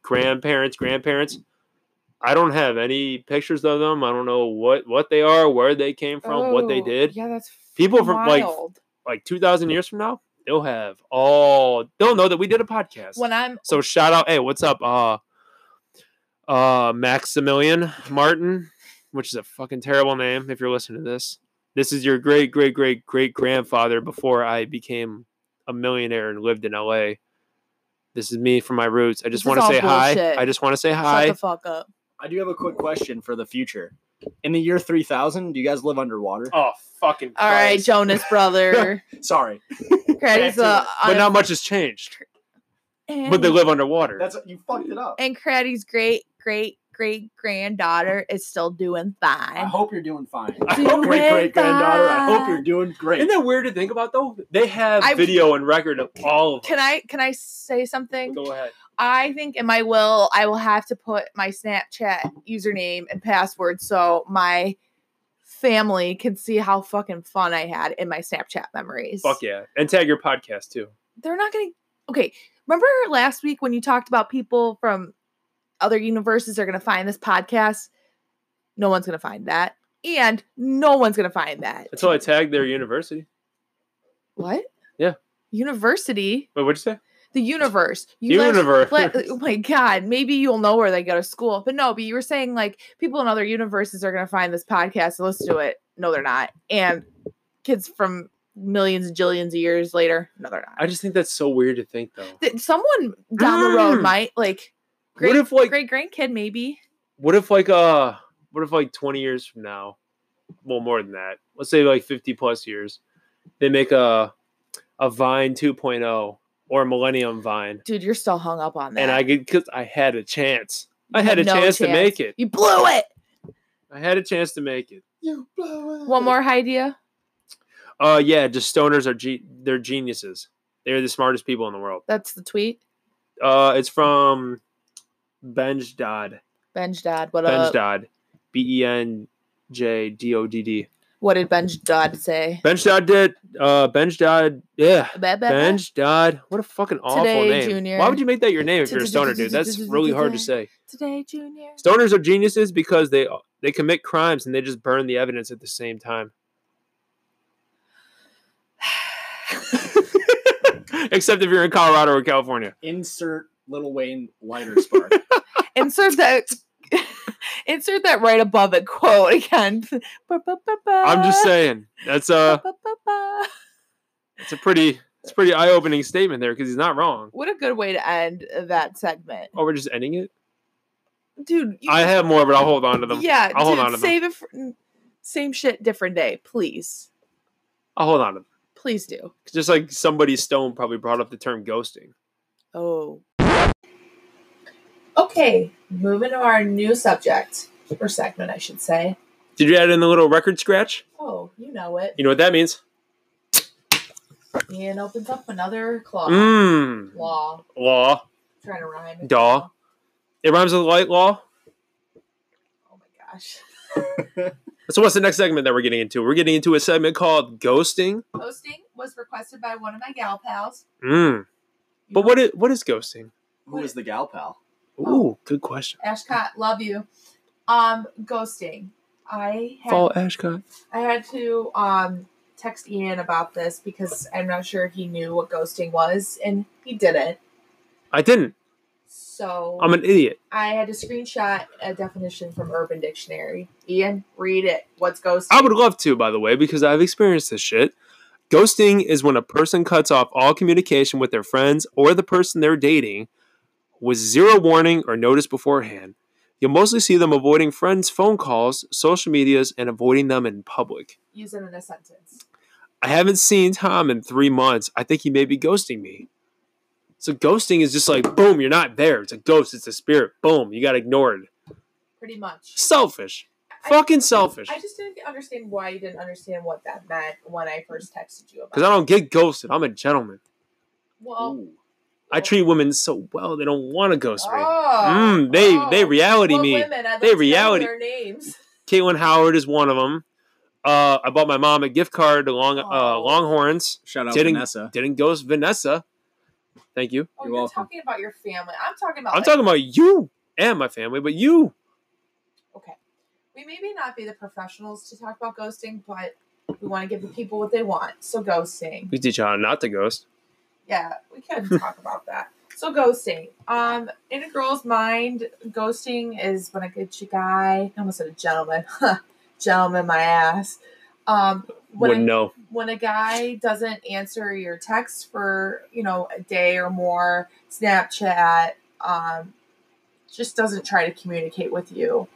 grandparents, grandparents. I don't have any pictures of them. I don't know what what they are, where they came from, what they
Oh,
did.
Yeah, that's
People from, like,
wild.
like 2000 years from now they'll have all they'll know that we did a podcast
when I'm
so shout out hey what's up uh uh maximilian martin which is a fucking terrible name if you're listening to this this is your great great great great grandfather before i became a millionaire and lived in la this is me from my roots i just
This is
want to
all
say
bullshit.
hi i just want to say
shut
hi
the fuck up.
I do have a quick question for the future. In the year 3000, do you guys live underwater?
oh fucking
All right,
Christ.
Jonas brother.
Sorry.
Credits
to
uh,
it.
but not much has changed
and,
but they live underwater
That's you fucked it up.
and Craddy's great great great granddaughter is still doing
I
Oh.
fine.
hope you're doing fine.
I
Doing
hope
Great great granddaughter, I hope
fine.
you're doing
Isn't
great.
that weird to think about though? They have
I-
video and record of all of
Can
us.
I can I say something?
Go ahead.
I think in my will I will have to put my Snapchat username and password so my family can see how fucking fun I had in my Snapchat memories.
Fuck yeah, and tag your podcast too.
They're not gonna Okay. Remember last week when you talked about people from other universes are gonna find this podcast? No one's gonna find that. And no one's gonna find that.
Until I tag their university.
What?
Yeah.
University.
Wait, what'd you say?
The universe. You let-
Universe.
let- oh my God. Maybe you'll know where they go to school. But no, but you were saying like people in other universes are going to find this podcast and listen to it. No, they're not. And kids from millions and jillions of years later, no, they're not.
I just think that's so weird to think though.
Th- Someone down the road
Mm.
might like
what
great,
if like
great grandkid, maybe.
what if like uh what if like 20 years from now, well more than that. Let's say like 50 plus years, they make a a Vine 2.0 or a Millennium Vine,
Dude, you're still hung up on that.
and I
You
get because I had a chance. I had a
have no
chance to make it.
You blew it.
I had a chance to make it.
You blow it.
One more idea.
Uh, yeah, just stoners are ge- they're geniuses. They're the smartest people in the world.
That's the tweet.
Uh, it's from Benj Dodd.
Benj Dad, what uh,
Benj
up?
Dodd. B E N J D O D D.
What did Ben Dodd say?
Bench Dodd did. Uh, Bench Dodd. Yeah.
Ba- ba- ba-
Bench Dodd. What a fucking awful
Today,
name.
Junior.
Why would you make that your name if you're a stoner, dude? That's really hard to say.
Today, Junior.
Stoners are geniuses because they they commit crimes and they just burn the evidence at the same time. Except if you're in Colorado or California.
Insert Little Wayne lighter spark.
insert that. insert that right above it quote again.
I'm
Uh.
just saying uh, that's a it's a pretty it's a pretty eye opening statement there because he's not wrong.
What a good way to end that segment,
Oh, we're just ending it.
dude. you-
I have more, but I'll hold on to them.
Yeah,
I'll hold
dude,
on to them.
save it. For, same shit, different day, please,
I'll hold on to them.
please do.
Just like somebody stone probably brought up the term ghosting.
Oh. Okay, moving to our new subject or segment, I should say.
Did you add in the little record scratch?
Oh, you know it.
You know what that means?
And opens up another claw.
Mmm.
Claw.
Law.
Trying to rhyme. Oh it
Daw.
now.
It rhymes with light law.
Oh my gosh.
So what's the next segment that we're getting into? We're getting into a segment called ghosting.
Posting was requested by one of my gal pals.
Mm. But what is, what is ghosting?
Who was the gal pal?
Ooh, good question.
Ashcott, love you. Um, ghosting. I had
Fall Ashcott.
I had to um text Ian about this because I'm not sure he knew what ghosting was and he didn't.
I didn't.
So
I'm an idiot.
I had to screenshot a definition from Urban Dictionary. Ian, read it. What's ghosting?
I would love to, by the way, because I've experienced this shit. Ghosting is when a person cuts off all communication with their friends or the person they're dating with zero warning or notice beforehand. You'll mostly see them avoiding friends' phone calls, social medias, and avoiding them in public.
use it in a sentence.
I haven't seen Tom in three months. I think he may be ghosting me. So ghosting is just like boom, you're not there. It's a ghost. It's a spirit. Boom, you got ignored.
Pretty much.
Selfish. Fucking selfish.
I just didn't understand why you didn't understand what that meant when I first texted you about
Because I don't get ghosted. I'm a gentleman.
Well,
Ooh.
I treat women so well; they don't want to ghost me.
Oh,
Mm, they
oh.
they reality
What
me.
women?
They
I'd like to know
reality-
Their names.
Caitlin Howard is one of them. Uh, I bought my mom a gift card to Long uh,
Oh.
Longhorns.
Shout out
Didn't-
Vanessa.
Didn't ghost Vanessa. Thank you.
Oh,
You're
you're
welcome.
talking about your family. I'm talking about.
I'm
like,
talking about you and my family, but you.
Okay, we may be not be the professionals to talk about ghosting, but we want to give the people what they want. So ghosting.
We teach you how not to ghost.
Yeah, we can talk about that. So ghosting. Um, in a girl's mind, ghosting is when a good ch- guy, I almost said a gentleman, gentleman, my ass. Um, when
Wouldn't
a,
know.
when a guy doesn't answer your text for you know a day or more, Snapchat, um, just doesn't try to communicate with you.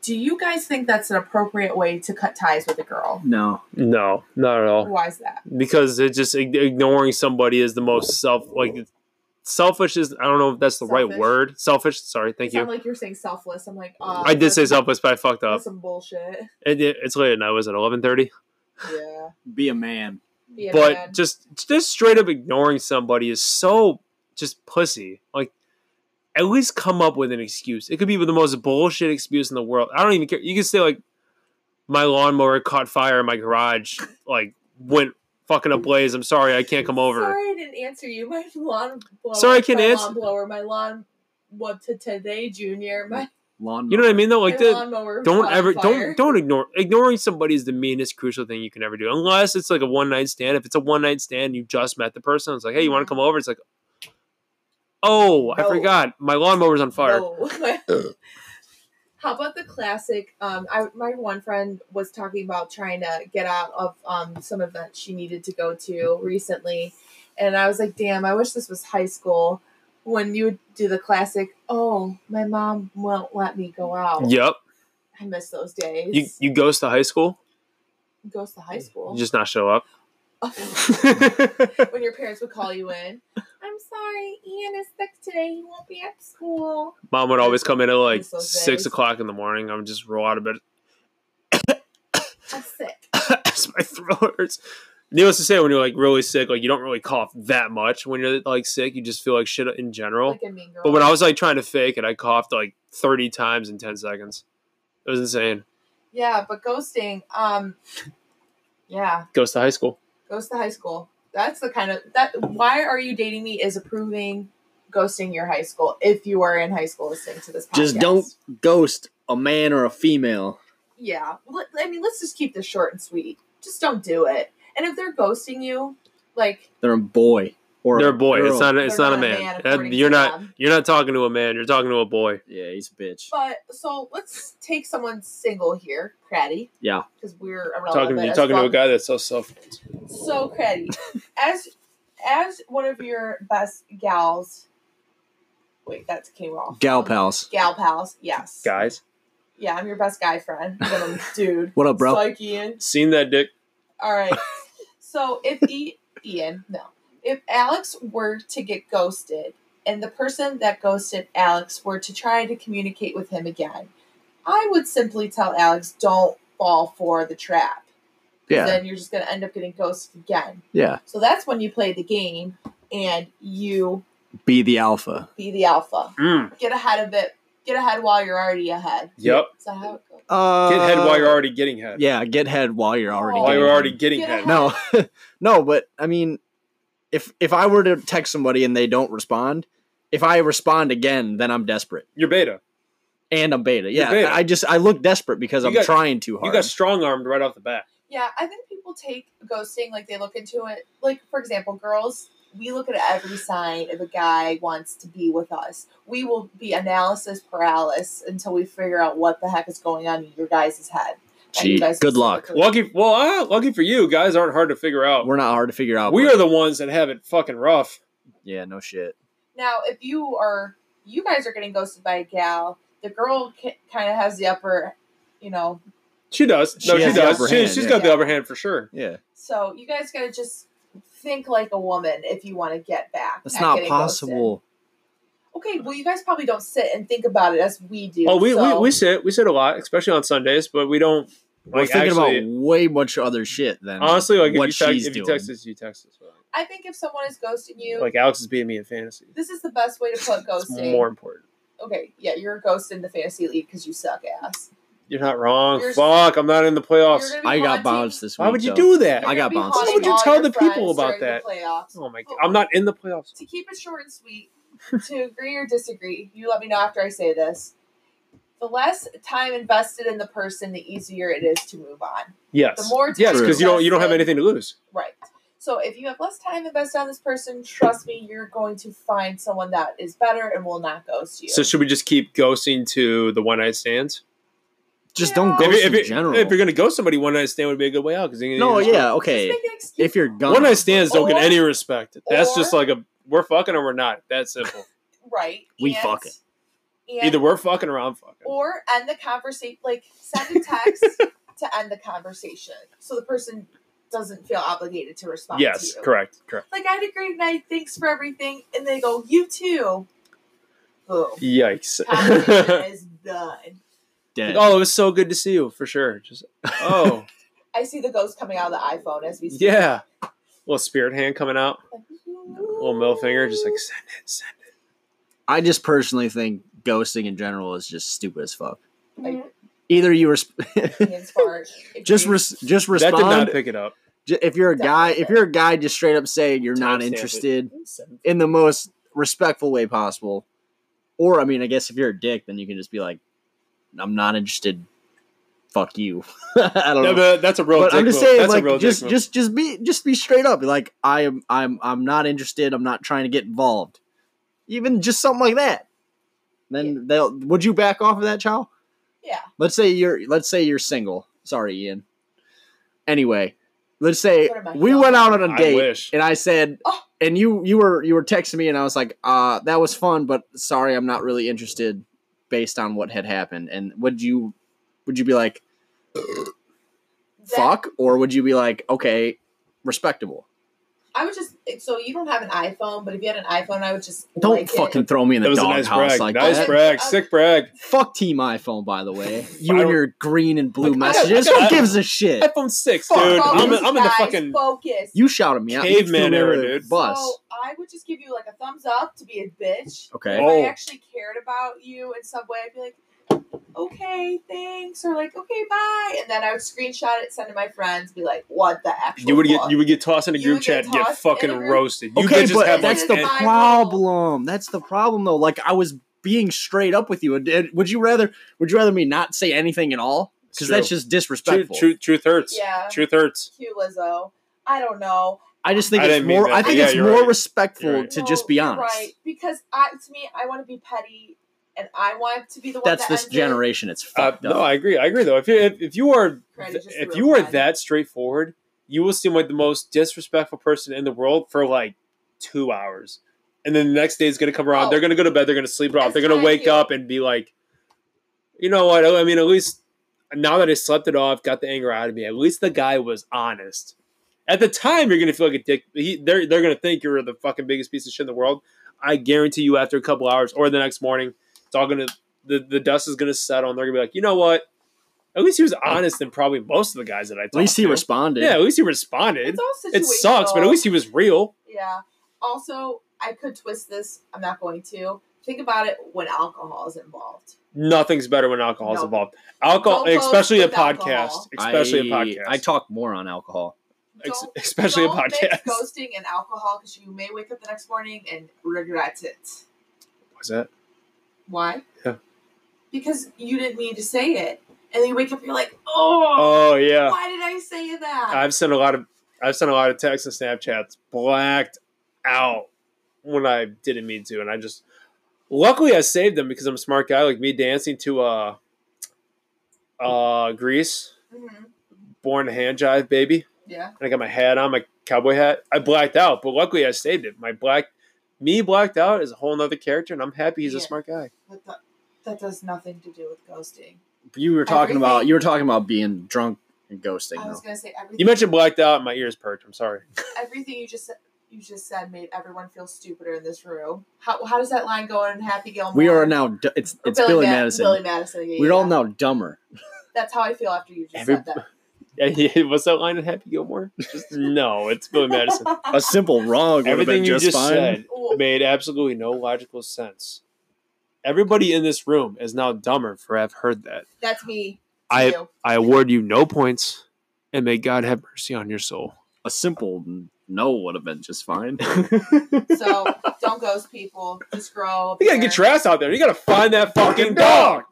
Do you guys think that's an appropriate way to cut ties with a girl?
No.
No, not at all.
Why is that?
Because it's just ig- ignoring somebody is the most self like selfish is. I don't know if that's the right
Selfish.
word. Selfish. Sorry. Thank
you
you.
sound like you're saying selfless. I'm like, uh,
I did
that's-
say selfish, but I fucked up.
That's some bullshit.
It, it- it's late at night. Was it eleven thirty?
Yeah.
Be a man.
Be a
but
man.
just just straight up ignoring somebody is so just pussy. Like, at least come up with an excuse. It could be the most bullshit excuse in the world. I don't even care. You can say like, my lawnmower caught fire in my garage. Like, went fucking ablaze. I'm sorry, I can't come over.
Sorry, I didn't answer you. My lawn blower.
Sorry, I can't
my
answer-
Lawn blower. My lawn. What to today, Junior? My,
Lawn.
You know what I mean? Though, like,
my
the-
lawnmower.
don't
caught
ever
fire.
don't don't ignore ignoring somebody is the meanest crucial thing you can ever do unless it's like a one night stand if it's a one night stand you just met the person it's like hey you want to come over it's like oh i
Mm-hmm. No.
forgot my lawnmower's on fire
No. How about the classic? Um, I my one friend was talking about trying to get out of um some event she needed to go to recently, and I was like, "Damn, I wish this was high school." When you would do the classic, "Oh, my mom won't let me go out."
yep
I miss those days.
you you ghost to high school
Goes to high school.
you just not show up
when your parents would call you in, I'm sorry, Ian is sick today. He won't be at school.
mom would always come in at like
Miss those
six
days.
o'clock in the morning i would just roll out of bed
I'm sick.
my throat hurts needless to say when you're like really sick like you don't really cough that much when you're like sick you just feel like shit in general
Like a mean girl.
But when I was like trying to fake it, I coughed like 30 times in 10 seconds. It was insane.
Yeah, but ghosting. Um, yeah,
Goes to high school.
goes to high school. That's the kind of that. Why are you dating me? Is approving ghosting your high school if you are in high school listening to this. Podcast.
Just don't ghost a man or a female.
Yeah, Let- I mean, let's just keep this short and sweet. Just don't do it. And if they're ghosting you, like
They're a boy or
They're a boy. It's
girl.
not. It's
they're
not, a man. That-
according to
you're not.
them.
You're not talking to a man. You're talking to a boy.
Yeah, he's a bitch.
But so let's take someone single here, Craddy.
Yeah.
because we're
talking.
irrelevant.
You're
as
talking to a
fuck.
guy that's so self.
So Craddy, as as one of your best gals. Wait, that's came off.
Gal pals.
Gal pals, yes.
Guys,
Yeah, I'm your best guy friend. Little dude.
What up, bro?
Psych Ian.
seen that dick?
All right. so if e- Ian, no. If Alex were to get ghosted and the person that ghosted Alex were to try to communicate with him again, I would simply tell Alex, don't fall for the trap. 'Cause Then you're just going to end up getting ghosted again.
yeah.
So that's when you play the game and you
Be the alpha.
be the alpha.
Mm,
Get ahead of it. Get ahead while you're already ahead.
yep.
Is that how it goes?
Uh,
Get head while you're already getting head.
Yeah, get head while you're already.
Oh.
While
getting
you're
head.
already getting
Get
head.
ahead.
No, no, but I mean, if if I were to text somebody and they don't respond, if I respond again, then I'm desperate
You're beta.
and I'm beta.
You're
Yeah,
beta.
I just I look desperate because
You
I'm
got-
trying too hard.
You got strong armed right off the bat.
Yeah, I think people take ghosting like they look into it. Like for example, girls, we look at every sign if a guy wants to be with us. We will be analysis paralysis until we figure out what the heck is going on in your guys' head. that you
Gee,
guys
good luck.
specifically-
Lucky. Well, uh, lucky for you, guys aren't hard to figure out.
We're not hard to figure out.
Oh. We
but-
are the ones that have it fucking rough.
Yeah, no shit.
Now, if you are, you guys are getting ghosted by a gal. The girl ki kind of has the upper, you know.
She does. No,
She
she,
has the upper
does. She,
hand,
has
yeah.
got the upper hand for sure.
Yeah,
So you guys gotta just think like a woman if you want to get back.
that's
at
not
getting ghosted.
possible.
Okay, well, you guys probably don't sit and think about it as we do.
Oh, we,
so-
we we sit we sit a lot, especially on Sundays, but we don't.
We're
Like,
thinking
actually,
about way much other shit than
honestly, like if you,
what
text,
she's
if you
doing.
text us, you text us. Like,
I think if someone is ghosting you,
like Alex is beating me in fantasy.
this is the best way to put
It's
ghosting.
more important.
Okay, yeah, you're a ghost in the fantasy league because you suck ass.
You're not wrong.
You're-
Fuck, I'm not in the playoffs.
You're gonna be
I got
haunting-
bounced this week.
Why would you
though.
do that?
you're
I got
gonna be
bounced. Why
haunting
would you
all
tell
your
the people
friends
about
during the
that?
playoffs.
Oh my god, I'm not in the playoffs.
To keep it short and sweet, to agree or disagree, you let me know after I say this. The less time invested in the person, the easier it is to move on.
Yes,
The more time
yes, because you don't you don't have
invested-
anything to lose.
Right. So if you have less time invested on this person, trust me, you're going to find someone that is better and will not ghost you.
So should we just keep ghosting to the one night stands?
Just don't
Yeah.
ghost
if, you- if you-
in general.
if you're gonna ghost somebody, one night stand would be a good way out. Because
no, oh, yeah,
Just
okay.
make an excuse.
If you're gonna
one night stands don't
Or-
get any respect. That's just
or-
like a we're fucking or we're not. That's simple.
right,
We
and-
fucking.
and-
Either we're fucking or I'm fucking.
or end the conversation like send a text to end the conversation so the person doesn't feel obligated to respond
Yes,
to you.
correct, correct.
like i had a great night thanks for everything and they go you too boom
Yikes.
conversation is done
dead.
oh, it was so good to see you for sure. Just oh
i see the ghost coming out of the iphone as we speak.
yeah, little spirit hand coming out,
Like,
little middle finger, just like send it, send it.
I just personally think ghosting in general is just stupid as fuck.
Mhm.
Either you res-
Ian's fart.
just res- just
That did
respond.
not pick it up.
J- if you're a guy, if you're a guy, just straight up say you're not
Timestamp it.
interested in the most respectful way possible. Or I mean, I guess if you're a dick, then you can just be like, "I'm not interested. Fuck you." I don't
No,
know.
but that's a real.
But
dick
I'm just
move.
saying,
that's a real
like,
dick
just
move.
just just be just be straight up. Like, I am I'm I'm not interested. I'm not trying to get involved. Even just something like that. Then
Yeah.
they'll would you back off of that, child?
yeah
Let's say you're let's say you're single. Sorry, Ian. Anyway, let's say
What am I,
we
young?
went out on a
I
date
wish.
and I said
Oh.
and you you were you were texting me and I was like, uh, that was fun, but sorry, I'm not really interested based on what had happened. And would you would you be like,
That-
fuck? Or would you be like, okay, respectable?
i would just so you don't have an iphone but if you had an iphone i would just
Don't
like it.
fucking throw me in
That
the
was a nice
doghouse
brag.
like
nice
that.
brag. Sick brag.
Fuck team iPhone, by the way. You
Why
and
would-
your green and blue
Like, I got-
messages.
I got-
Who gives a shit?
iPhone six, dude.
Fuck.
I'm,
Focus,
I'm in the
guys,
fucking.
focus
You shouted me out. You
Caveman
threw me
era,
under the
dude.
Bus.
So I would just give you like a thumbs up to be a bitch.
Okay.
If
Oh.
I actually cared about you in some way, I'd be like, okay, thanks, or like, okay, bye. And then I would screenshot it, send to my friends, be like, what the actual
You would get
fuck?
you would get tossed in a
You
group
would get
chat, and get
tossed in a
fucking
group-
roasted. You
okay,
could just
but
have
that's
like
the
an-
viral.
problem. That's the problem, though. Like I was being straight up with you. And- and Would you rather? Would you rather me not say anything at all?
It's
Because that's
true.
just disrespectful.
truth, truth, truth hurts.
Yeah.
Truth hurts.
cute Lizzo. I don't know.
I just think
I
it's
didn't mean
more.
that,
I
but
think
yeah,
it's
you're
more
right.
respectful
You're right.
to
No,
just be
you're
honest.
right? Because I, to me, I want to be petty, and I want to be the one.
That's
that
this
ends it.
generation. It's
Uh,
fucked
no,
up.
I agree. I agree though. If you if, if you are
Right, it's just
if
real
you are
bad.
that straightforward, you will seem like the most disrespectful person in the world for like two hours, and then the next day is going to come around.
Oh.
They're going to go to bed. They're going to sleep it off.
That's
They're going
how
to
I
wake
feel.
up and be like, you know what? I mean, at least now that I slept it off, got the anger out of me. At least the guy was honest. At the time, you're going to feel like a dick. He, they're they're going to think you're the fucking biggest piece of shit in the world. I guarantee you, after a couple hours or the next morning, it's all going to the the dust is going to settle, and they're going to be like, you know what? At least he was honest than probably most of the guys that I talked
At least he
to.
responded.
Yeah, at least he responded.
It's all
It sucks, but at
situational.
least he was real.
Yeah. Also, I could twist this. I'm not going to. Think about it when alcohol is involved.
Nothing's better when alcohol's
No.
involved. Alcohol,
Don't post
especially a
with
podcast,
alcohol.
especially a
I-
podcast.
I talk more on alcohol.
Ex-
Don't-
especially a
Don't
podcast.
mix ghosting and alcohol because you may wake up the next morning and regret it.
What's that?
Why?
Yeah.
Because you didn't mean to say it, and then you wake up, you're like, oh,
Oh yeah,
why did I say that?
I've sent a lot of I've sent a lot of texts and Snapchats blacked out when I didn't mean to, and I just luckily I saved them because I'm a smart guy like me dancing to uh uh Grease,
Mhm.
Born to Hand Jive, baby.
Yeah.
and I got my hat on, my cowboy hat. I blacked out, but luckily I saved it. My black me blacked out is a whole nother character, and I'm happy he's a
Yeah.
smart guy.
But that, that does nothing to do with ghosting.
You were talking about
Everything-
you were talking about being drunk and ghosting.
I was
Though.
gonna say everything.
You mentioned blacked out, and my ears perked. I'm sorry.
everything you just said- you just said made everyone feel stupider in this room. How, how does that line go in Happy Gilmore?
We are now. Du- it's
Or
it's Billy,
Ma-
Madison.
Billy Madison. yeah,
We're
yeah,
all
yeah.
now dumber.
That's how I feel after you just said that.
Yeah, yeah, What's that line in Happy Gilmore? Just no, it's Billy Madison.
A simple wrong would have
Everything
been
you
just,
just
fine.
said
Well,
made absolutely no logical sense. Everybody in this room is now dumber for I've heard that.
that's me.
I
too.
I award you no points, and may God have mercy on your soul.
A simple no would have been just fine.
So don't ghost people. Just grow. up
You gotta
there.
get your ass out there. You gotta find that fucking dog.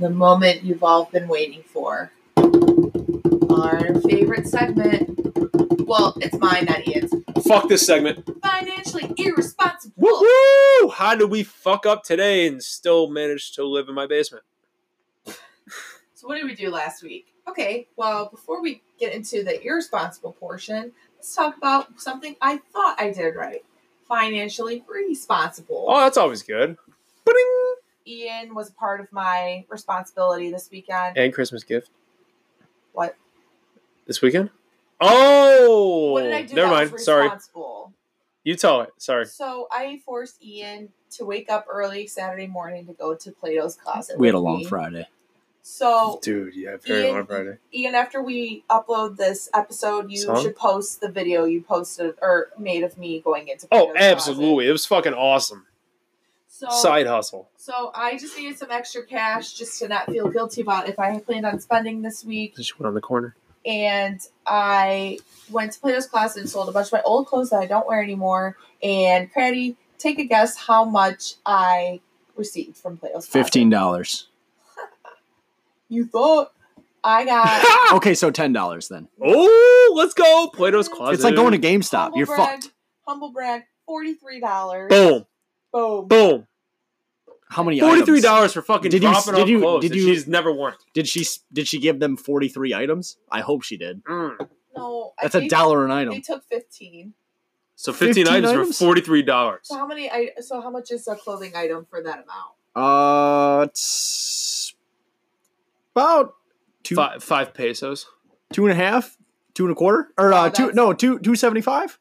the moment you've all been waiting for. Our favorite segment. Well, it's mine, not Ian's.
Fuck this segment.
Financially irresponsible.
Woo woo! How did we fuck up today and still manage to live in my basement?
So what did we do last week? Okay, well, before we get into the irresponsible portion, let's talk about something I thought I did right. Financially responsible.
Oh, that's always good. Ba-ding!
Ian was part of my responsibility this weekend.
And Christmas gift
What?
this weekend. Oh,
What did I do?
never
that
mind.
Was
Sorry,
responsible?
you tell it. Sorry,
So I forced Ian to wake up early Saturday morning to go to Plato's closet.
we had a
with
long
me.
Friday.
So
dude. Yeah,
Oh, Ian- Ian, after we upload this episode, you
Song?
should post the video you posted or made of me going into.
Oh,
Plato's closet.
absolutely. It was fucking awesome.
So,
Side hustle.
so I just needed some extra cash just to not feel guilty about if I had planned on spending this week.
Just went on the corner.
And I went to Plato's class and sold a bunch of my old clothes that I don't wear anymore. And Craddy, take a guess how much I received from Plato's Closet.
Fifteen dollars.
You thought I got
Okay, so ten dollars then.
oh, let's go. Plato's closet.
It's like going to GameStop.
humble
You're
brag,
fucked.
Humble brag, forty three dollars.
boom,
Boom.
boom.
How many?
Forty three
items?
dollars for fucking
Did you-
dropping
did
off
you-
clothes.
did
that
you-
She's never worn.
Did she? Did she give them forty three items? I hope she did.
Mm.
No, I
That's a
think
dollar an item.
They took fifteen.
So fifteen,
15
items,
items?
for forty three dollars.
So how many? I so how much is a clothing item for that amount?
Uh, it's about two,
Five, five pesos.
two and a half, two and a quarter, or
Oh,
uh, two
that's-
no, two two seventy five.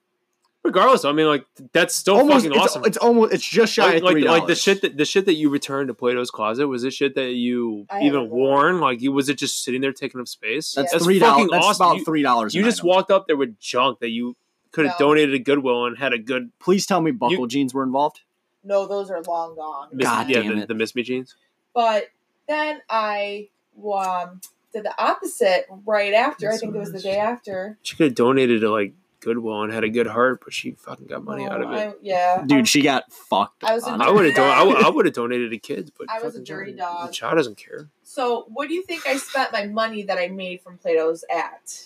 Regardless, I mean, like that's still
Almost,
fucking
it's,
awesome.
it's almost, it's just shy
like,
of three
like,
dollars.
like the shit that the shit that you returned to Plato's closet was it shit that you
I
even
haven't worn.
worn? Like, you was it just sitting there taking up space?
that's
Yeah.
three dollars.
fucking
That's
awesome.
about
You-
three dollars.
you,
an
just
item.
walked up there with junk that you could have
No.
donated to Goodwill and had a good.
Please tell me buckle jeans were involved.
no, those are long gone.
Miss-
God
yeah,
damn
the,
it.
the Miss Me jeans.
But then I um, did the opposite right after. I
That's
think it was the
nice.
day after.
She could have donated to like Goodwill and had a good heart, but she fucking got money
No,
out of it.
Oh, I, yeah,
Dude, she got fucked.
I was in-
on.
I, would have. Don- I, would have donated to kids, but
I was a
fucking
dirty
child-
dog.
The child doesn't care.
So, what do you think I spent my money that I made from Play-Dohs at?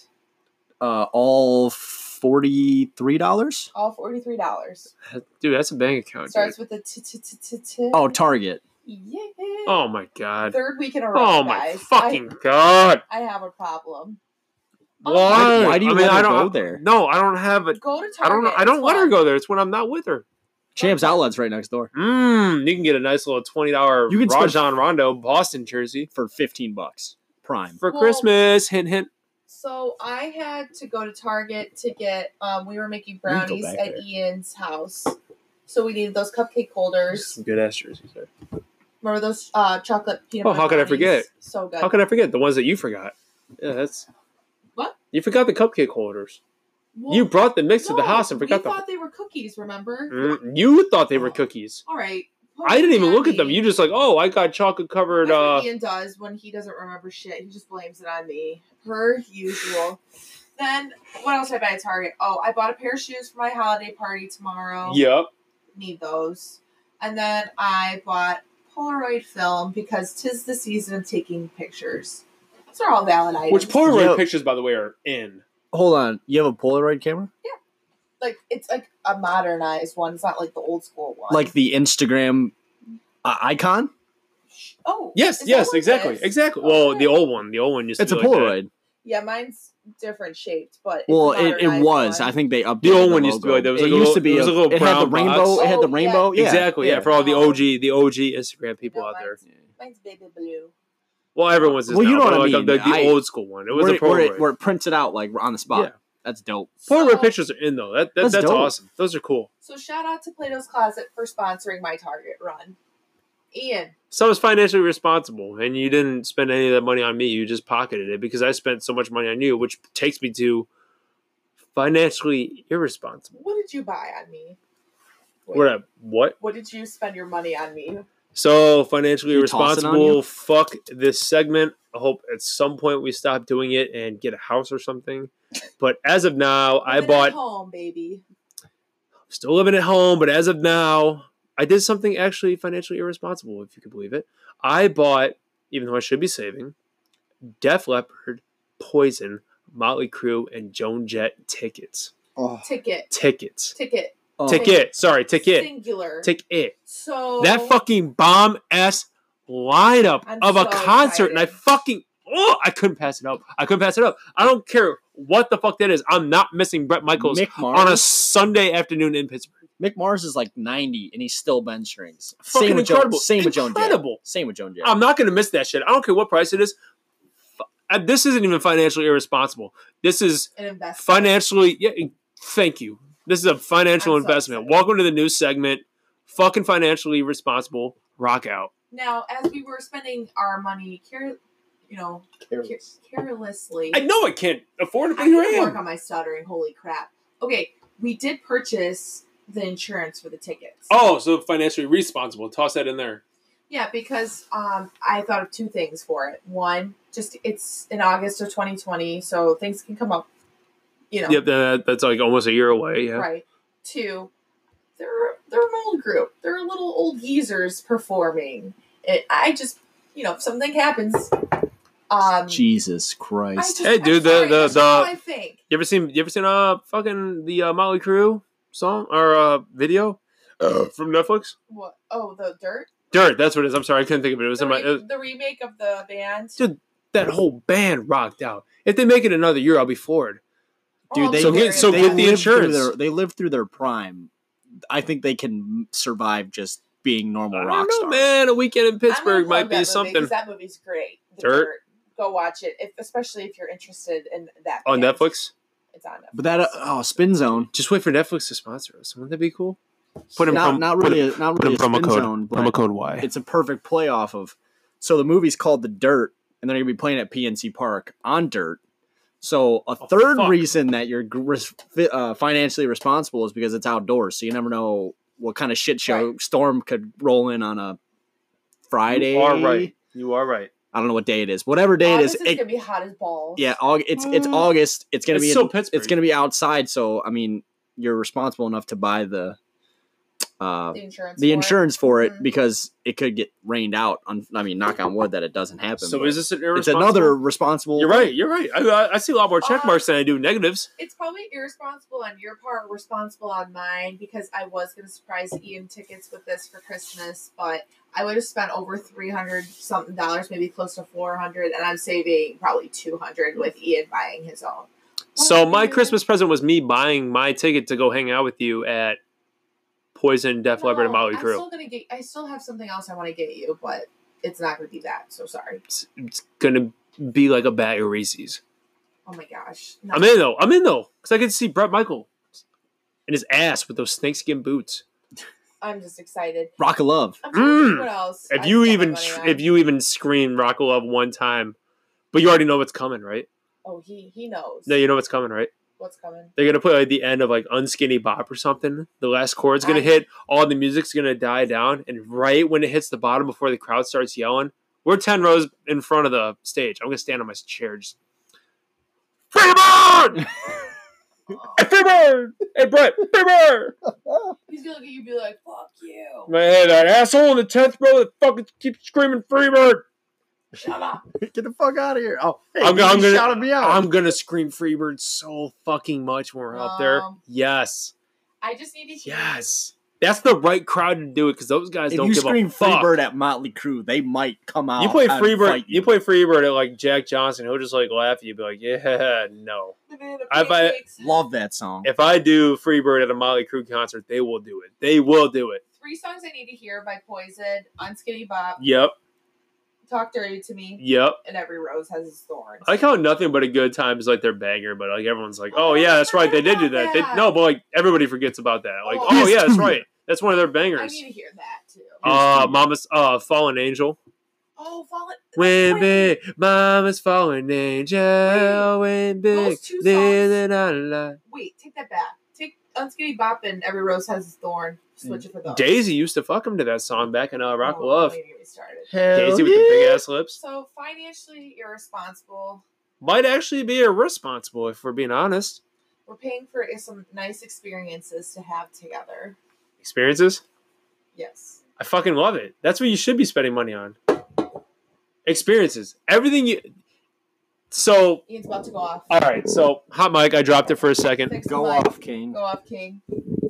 uh, all forty-three dollars.
All forty-three dollars.
Dude, that's a bank account. Oh, Dude.
Starts with a t t t t t.
Oh, Target.
yeah.
Oh my god.
Third week in a row.
Oh my
guys.
fucking god.
I, I have a problem. Oh,
Why?
Why do you
I mean,
let
I
her
don't,
go there?
No, I don't have a.
Go to Target.
I don't. I
it's
don't let her
fine.
go there. It's when I'm not with her.
Champs Outlet's right next door
Mmm. You can get a nice little twenty dollar
You can spend-
Rajon Rondo Boston jersey
for fifteen bucks. Prime.
for
Well-
Christmas. Hint, hint.
So I had to go to Target to get. Um, we were making
can go
brownies
back
at
there.
Ian's house, so we needed those cupcake holders.
Some good ass jerseys there.
Remember those uh, chocolate peanut?
Oh,
butter
how could I
brownies?
forget?
So good.
How could I forget the ones that you forgot? Yeah, that's
What?
you forgot the cupcake holders.
Well,
you brought the mix to the
no,
house and
we Oh.
forgot the.
thought they were cookies. Remember?
Mm, you thought they were cookies.
All right.
I didn't even look at them. You just like, oh, I got chocolate covered.
That's
Uh,
what Ian does when he doesn't remember shit. He just blames it on me, per usual. then what else did I buy at Target? Oh, I bought a pair of shoes for my holiday party tomorrow.
yep.
need those. And then I bought Polaroid film because tis the season of taking pictures. Those are all valid items.
Which Polaroid
Yep.
pictures, by the way, are in.
Hold on. You have a Polaroid camera?
like it's like a modernized one. It's not like the old school one.
Like the Instagram uh, icon?
oh
Yes,
is that
yes,
what it
exactly,
is? Oh,
exactly. Well,
Okay.
the old one, the old one used
It's a
to be like that.
Polaroid.
Yeah, mine's different shaped, but it's a
Well, it, it
modernized
was.
one.
I think they updated
The old
the
one used to be
logo.
like that. It was
It
like a
used
little-
to be.
it was a
a-
little
it had the
brown
rainbow.
box.
It had
Oh,
the rainbow. Yeah.
Exactly. Yeah.
yeah.
for all the
Oh.
OG, the OG Instagram people
No,
out there.
Mine's baby blue.
Well, everyone's is
Well,
now,
you know
but
what I
like the,
mean.
the
I-
old school one. It was
where,
a
it- where it,
Polaroid.
where it prints it out like on the spot.
Yeah.
That's dope.
Polaroid
So-
pictures are in though. That, that
That's
that's,
dope.
awesome. Those are cool.
So shout out to Plato's Closet for sponsoring my Target run. Ian,
So I was financially responsible, and you didn't spend any of that money on me. You just pocketed it because I spent so much money on you, which takes me to financially irresponsible.
what did you buy on me?
What? a- What?
What did you spend your money on me?
So financially
You tossing on
responsible.
you?
Fuck this segment. I hope at some point we stop doing it and get a house or something. But as of now, I
Living at
bought
home, baby.
still living at home, but as of now, I did something actually financially irresponsible, if you could believe it. I bought, even though I should be saving, Def Leppard, Poison, Motley Crue, and Joan Jett tickets.
Ticket,
Tickets.
ticket,
Oh.
Ticket. Sorry, ticket.
singular.
Ticket.
so
That fucking bomb ass lineup
Oh. I'm
of a
so
concert, and I
excited.
fucking oh, I couldn't pass it up. I couldn't pass it up. I don't care what the fuck that is. I'm not missing Brett Michaels
Mick Mars.
on a Sunday afternoon in Pittsburgh.
Mick Mars is like 90 and he's still bend strings.
Fucking
same with
incredible.
Joan, same with Joan Jett.
Incredible.
Same with Joan Jett.
I'm not going to miss that shit. I don't care what price it is. F- uh, This isn't even financially irresponsible. This is
an investment.
financially. Yeah, thank you. This is a financial
I'm so
investment.
excited.
Welcome to the new segment. Fucking financially responsible. Rock out.
Now, as we were spending our money, care, you know, care- carelessly.
I know I can't afford it,
I
but here I
can work
am.
on my stuttering. Holy crap! Okay, we did purchase the insurance for the tickets.
Oh, so financially responsible. Toss that in there.
Yeah, because um, I thought of two things for it. One, just it's in August of 2020, so things can come up, you know,
Yep, that, that's like almost a year away. Yeah.
right? Two, they're they're an old group. They're little old geezers performing. It, I just, you know, if something happens, um,
Jesus
I
Christ.
just-
Hey,
I'm
dude, the-
sorry,
the-
that's
the-
all I think.
You ever seen? You ever seen uh fucking the uh, Molly Crew song or uh video from Netflix?
What? Oh, the dirt.
Dirt. That's what it is. I'm sorry, I couldn't think of it. It was
The,
in my.
re-
it-
the remake of the band.
Dude, that whole band rocked out. If they make it another year, I'll be forward.
Oh,
Dude, they
So
there
get-
it
so
is.
get the
lived
insurance.
through Their, they lived through their prime. I think they can survive just being normal
I don't
rock
know,
stars.
man. A weekend in
I'm gonna
Pittsburgh
plug
might
that
be
movie,
something.
'cause that movie's great. The
Dirt.
dirt. Go watch it, if, especially if you're interested in that.
On
band.
Netflix?
It's on Netflix.
But that uh, oh, spin zone.
Just wait for Netflix to sponsor us. Wouldn't that be cool? Put in
not,
prom-
not
put
really. a, not
put
really
in promo
a spin
code.
zone, but
Promo code Y.
it's a perfect play off of. So the movie's called The Dirt, and they're gonna be playing at PNC Park on dirt. So a
Oh,
third
fuck.
reason that you're gr- res- fi- uh, financially responsible is because it's outdoors, so you never know what kind of shit show storm could roll in on a Friday.
You are right. You are right.
I don't know what day it is. Whatever day
August
it is, it,
gonna be hot as balls.
yeah, Aug it's it's
Mm.
August. It's gonna
It's
be
still
in,
Pittsburgh.
it's gonna be outside. So I mean, you're responsible enough to buy the uh,
The insurance.
the
for it.
insurance for it
Mhm.
because it could get rained out. On I mean, knock on wood that it doesn't happen.
So
but
is this an
it's
irresponsible?
another responsible.
You're right. You're right. I, I- I see a lot more
Uh,
check marks than I do negatives.
It's probably irresponsible on your part, responsible on mine because I was gonna surprise Ian tickets with this for Christmas, but I would have spent over three hundred something dollars, maybe close to four hundred, and I'm saving probably two hundred with Ian buying his own.
So my Christmas present was me buying my ticket to go hang out with you at Poison, Def Leppard, and
No,
Motley
I'm
Crue.
still gonna get. I still have something else I want to get you, but it's not gonna be that. So sorry.
It's, it's gonna be like a bag of Reese's.
Oh my gosh. No.
I'm in though. I'm in though, because I can see Brett Michael and his ass with those snakeskin boots.
I'm just excited.
Rock of love.
I'm trying to
Mm.
think What else?
If
I
you
spent my
even
money
tr-
on.
if you even scream Rock of Love one time, but you already know what's coming, right?
oh he he knows
No, you know what's coming, right?
what's coming.
They're gonna put like the end of like Unskinny Bop or something. The last chord's gonna
I-
hit. All the music's gonna die down, and right when it hits the bottom, before the crowd starts yelling, we're ten rows in front of the stage. I'm gonna stand on my chair, just free bird,
Oh.
free bird, hey Brett, free bird.
He's gonna look at you and be like, "Fuck you,
My head, that asshole in the tenth row that fucking keeps screaming free bird.
shut up."
Get the fuck out of here! Oh, hey,
I'm
you
go- I'm gonna-
shouted me out.
I'm gonna scream Freebird so fucking much when we're up there.
Um,
Yes,
I just need to hear.
yes, that's the right crowd to do it because those guys
if
don't
you
give
scream
a fuck.
Freebird at Motley Crue, they might come out.
you play
and
Freebird,
fight
you. play Freebird at like Jack Johnson, he'll just like laugh at you, be like, "Yeah, no."
Banana
I buy it.
pancakes.
Love that song.
If I do Freebird at a Molly Crew concert, they will do it. They will do it.
Three songs I need to hear by Poison, Unskinny Bop,
Yep,
Talk Dirty to Me,
yep.
and Every Rose Has Its Thorns.
I like how nothing but a good time is like their banger, but like everyone's like, "Oh yeah, that's right, they did do that." They, no, but like everybody forgets about that. Like,
Oh.
oh yeah, that's
Yes.
right, that's one of their
I
bangers.
need to hear that too.
Uh, Mama's uh, Fallen Angel.
oh, Fallen.
When
Wait.
big mama's fallen angel, when big
those two
living out of life.
Wait, take that back. Take Unskinny Bop and Every Rose Has Its Thorn. Switch it for those.
Daisy used to fuck him to that song back in uh, Rock
Oh,
Love.
don't even get me started.
Daisy with the big ass lips
So financially irresponsible.
might actually be irresponsible if we're being honest.
We're paying for some nice experiences to have together.
Experiences,
Yes.
I fucking love it. That's what you should be spending money on. Experiences, everything you. So
Ian's about to go off.
all right, so hot mic. I dropped it for a second.
Fix the
Go
mic.
off, King.
Go off, King.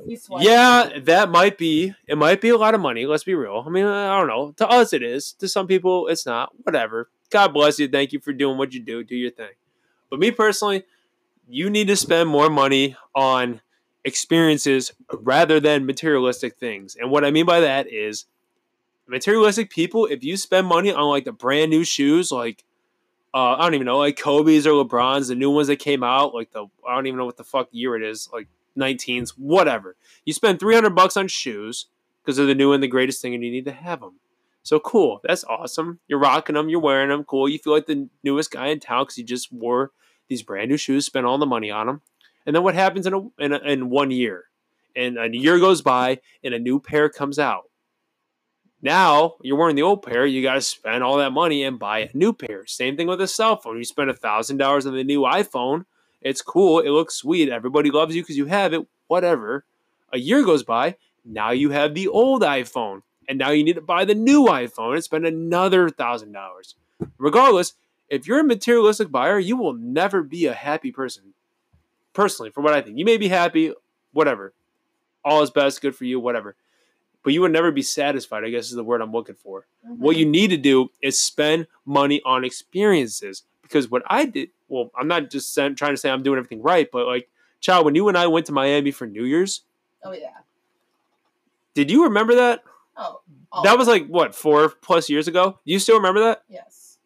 He's sweating.
Yeah, that might be. It might be a lot of money. Let's be real. I mean, I don't know. To us, it is. To some people, it's not. Whatever. God bless you. Thank you for doing what you do. Do your thing. But me personally, you need to spend more money on experiences rather than materialistic things. And what I mean by that is materialistic people, if you spend money on like the brand new shoes, like uh, I don't even know, like Kobe's or LeBron's, the new ones that came out, like the I don't even know what the fuck year it is, like 19s, whatever. You spend 300 bucks on shoes because they're the new and the greatest thing and you need to have them. So cool. That's awesome. You're rocking them, you're wearing them. Cool. You feel like the newest guy in town cuz you just wore these brand new shoes, spent all the money on them. And then what happens in a, in, a, in one year? And a year goes by and a new pair comes out. Now you're wearing the old pair, you got to spend all that money and buy a new pair. Same thing with a cell phone. You spend $1,000 on the new iPhone, it's cool. It looks sweet. Everybody loves you because you have it. Whatever. A year goes by. Now you have the old iPhone, and now you need to buy the new iPhone and spend another thousand dollars. Regardless, if you're a materialistic buyer, you will never be a happy person. Personally, for what I think, you may be happy, whatever. All is best, good for you, whatever. But you would never be satisfied. I guess is the word I'm looking for.
Mhm.
What you need to do is spend money on experiences because what I did, well, I'm not just sa- trying to say I'm doing everything right, but like, child, when you and I went to Miami for New Year's,
Oh yeah.
did you remember that?
Oh. oh,
That was like what four plus years ago. Do you still remember that?
Yes.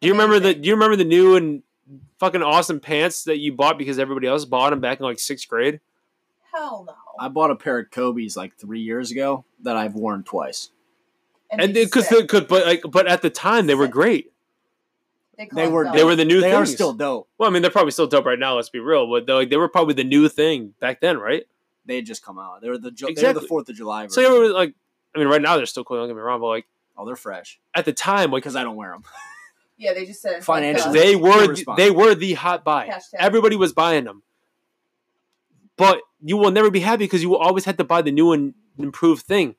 Do you remember the?
Amazing.
Do you remember the new and fucking awesome pants that you bought because everybody else bought them back in like sixth grade?
Hell no.
I bought a pair of Kobe's like three years ago that I've worn twice.
And
they
because
sick.
could, but like, but at the time they were
Sick.
great.
they,
they were-
closed
They
up.
were the new.
they
things.
are still dope.
Well, I mean, they're probably still dope right now. Let's be real, but they're, like they were probably the new thing back then, right?
they had just come out. They were the Ju- they were
Exactly.
the Fourth of July.
So
version.
it was like, I mean, right now they're still cool. Don't get me wrong, but like
oh, they're fresh
at the time, like
because I don't wear them.
Yeah, they just said
Financially-
Like,
they were th-
Irresponsible.
they were the hot buy.
Hashtag.
Everybody was buying them, but you will never be happy because you will always have to buy the new and improved thing.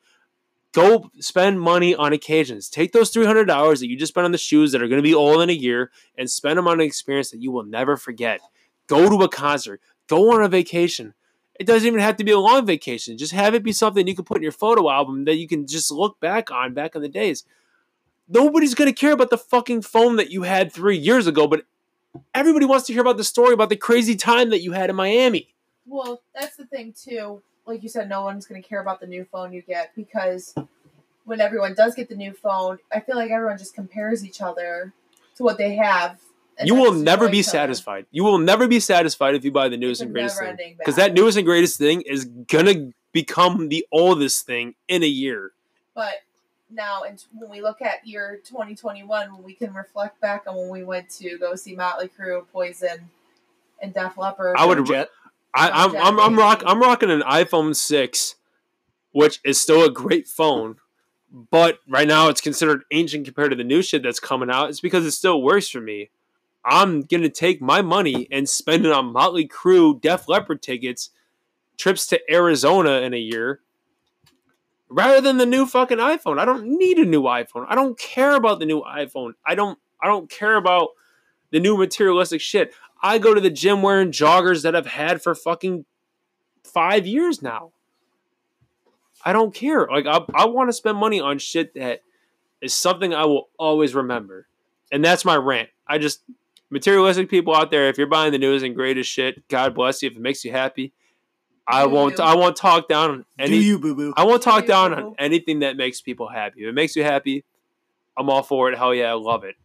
Go spend money on occasions. Take those three hundred dollars that you just spent on the shoes that are going to be old in a year, and spend them on an experience that you will never forget. Go to a concert. Go on a vacation. It doesn't even have to be a long vacation. Just have it be something you can put in your photo album that you can just look back on back in the days. Nobody's going to care about the fucking phone that you had three years ago, but everybody wants to hear about the story about the crazy time that you had in Miami.
Well, that's the thing too. Like you said, no one's going to care about the new phone you get because when everyone does get the new phone, I feel like everyone just compares each other to what they have. and
you
that
will
just
never be
annoys them.
satisfied. You will never be satisfied if you buy the
It's
newest
a
and greatest thing.
never-ending
Because that
battle.
newest and greatest thing is gonna become the oldest thing in a year.
But now, and when we look at year 2021, when we can reflect back on when we went to go see Motley Crue, Poison, and Def Leppard.
I would-
Jet.
I,
Oh,
I'm, I'm I'm
definitely.
rock I'm rocking an iPhone six, which is still a great phone, but right now it's considered ancient compared to the new shit that's coming out. It's because it still works for me. I'm gonna take my money and spend it on Motley Crue, Def Leppard tickets, trips to Arizona in a year, rather than the new fucking iPhone. I don't need a new iPhone. I don't care about the new iPhone. I don't I don't care about the new materialistic shit. I go to the gym wearing joggers that I've had for fucking five years now. I don't care. Like I, I want to spend money on shit that is something I will always remember, and that's my rant. I just materialistic people out there. If you're buying the newest and greatest shit, God bless you. If it makes you happy, I
Do
won't.
you.
I won't talk down on
Do
any.
you boo boo?
I won't talk
Do you.
down on anything that makes people happy. If it makes you happy, I'm all for it. Hell yeah, I love it.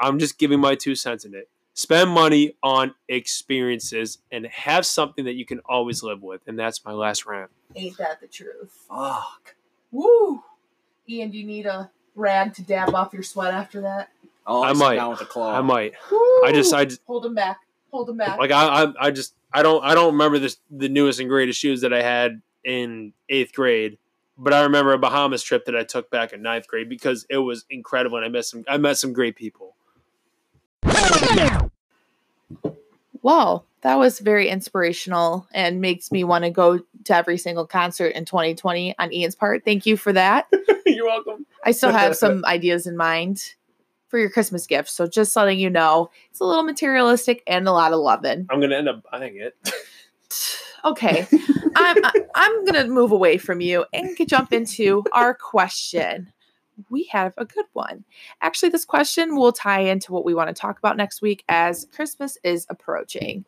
I'm just giving my two cents in it. Spend money on experiences and have something that you can always live with. And that's my last rant.
Ain't that the truth?
Fuck.
Woo! Ian, do you need a rag to dab off your sweat after that?
Oh,
I
sit
might.
Down with the claw.
I might.
Woo!
I just, I just,
hold him back. Hold him back.
like, I, I, I just, I don't, I don't remember this, the newest and greatest shoes that I had in eighth grade, but I remember a Bahamas trip that I took back in ninth grade because it was incredible and I met some, I met some great people.
Wow, that was very inspirational and makes me want to go to every single concert in 2020 on Ian's part. Thank you for that.
You're welcome.
I still have some ideas in mind for your Christmas gift. So just letting you know, it's a little materialistic and a lot of loving.
I'm gonna end up buying it.
Okay, I'm I- I'm gonna move away from you and get- jump into our question. We have a good one. Actually, this question will tie into what we want to talk about next week as Christmas is approaching.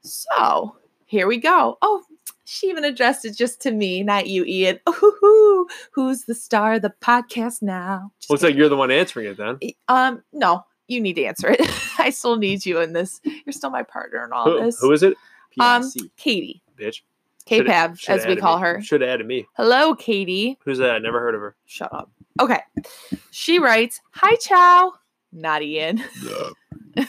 So here we go. Oh, she even addressed it just to me, not you, Ian. Ooh, who's the star of the podcast now? Just
Looks
kidding.
like you're the one answering it then.
Y- Um, no, you need to answer it. I still need you in this. You're still my partner in all
Who,
this.
who is it,
um,
PIC.
Katie,
bitch? Shoulda-
KPAB, as we call her.
Should have added me.
Hello, Katie.
Who's that? I never heard of her.
Shut up. Okay. She writes, Hi, Chow. Not Ian.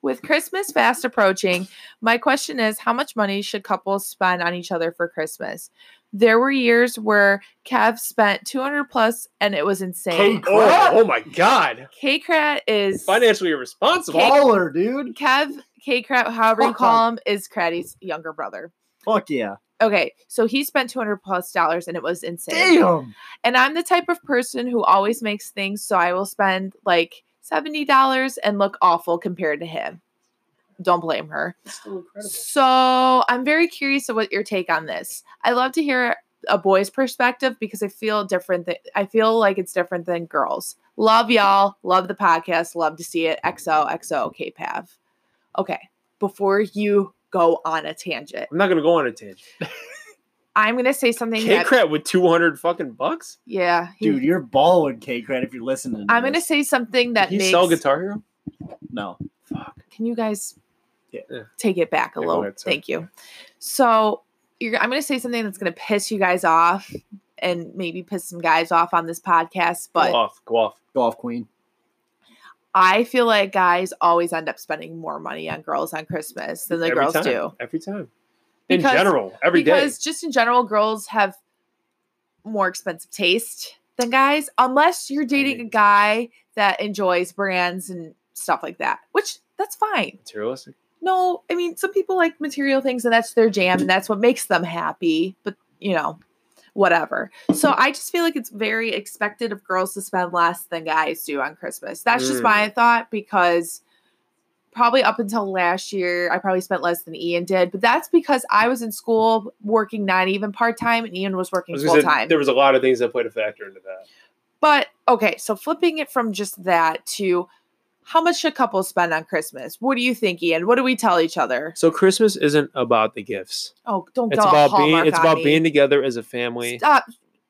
With Christmas fast approaching, my question is how much money should couples spend on each other for Christmas? There were years where Kev spent 200 plus and it was insane.
Oh, oh my god!
K Krat is
Financially irresponsible.
Cake-
Baller, dude.
Kev K Krat, however you call him, is Kratty's younger brother.
Fuck yeah.
Okay, so he spent 200 plus dollars and it was insane.
Damn.
And I'm the type of person who always makes things, so I will spend like $70 and look awful compared to him. Don't blame her. So I'm very curious of what your take on this. I love to hear a boy's perspective because I feel different. Th- I feel like it's different than girls. Love y'all. Love the podcast. Love to see it. XO XO KPAV. Okay, before you go on a tangent,
I'm not gonna go on a tangent.
I'm gonna say something.
K
That,
crap with 200 fucking bucks.
yeah, he-
Dude, you're balling, K Cred, if you're listening. To
I'm gonna
this.
say something that
Did he
makes.
sell Guitar Hero?
No.
Fuck.
can you guys
Yeah.
Yeah.
take it back a
Yeah, go
little?
ahead, sorry.
Thank you. So you're, I'm going to say something that's going to piss you guys off and maybe piss some guys off on this podcast, but
go off. Go off.
Golf Queen.
I feel like guys always end up spending more money on girls on Christmas than the
Every
girls
time.
do.
Every time. in
Because-
general every day.
because just in general, girls have more expensive taste than guys, unless you're dating a
mean-
guy that enjoys brands and stuff like that, which that's fine.
Materialistic.
No, I mean, some people like material things and that's their jam and that's what makes them happy, but you know, whatever. So I just feel like it's very expected of girls to spend less than guys do on Christmas. That's just
Mm.
my thought because probably up until last year, I probably spent less than Ian did, but that's because I was in school working not even part time and Ian was
I
working
was
full
gonna say,
time.
there was a lot of things that played a factor into that.
But okay, so flipping it from just that to how much should couples spend on Christmas? What do you think, Ian? What do we tell each other?
So Christmas isn't about the gifts.
Oh, don't
It's
go
about being
Hallmark
it's
on
about
me.
being together as a family.
Stop!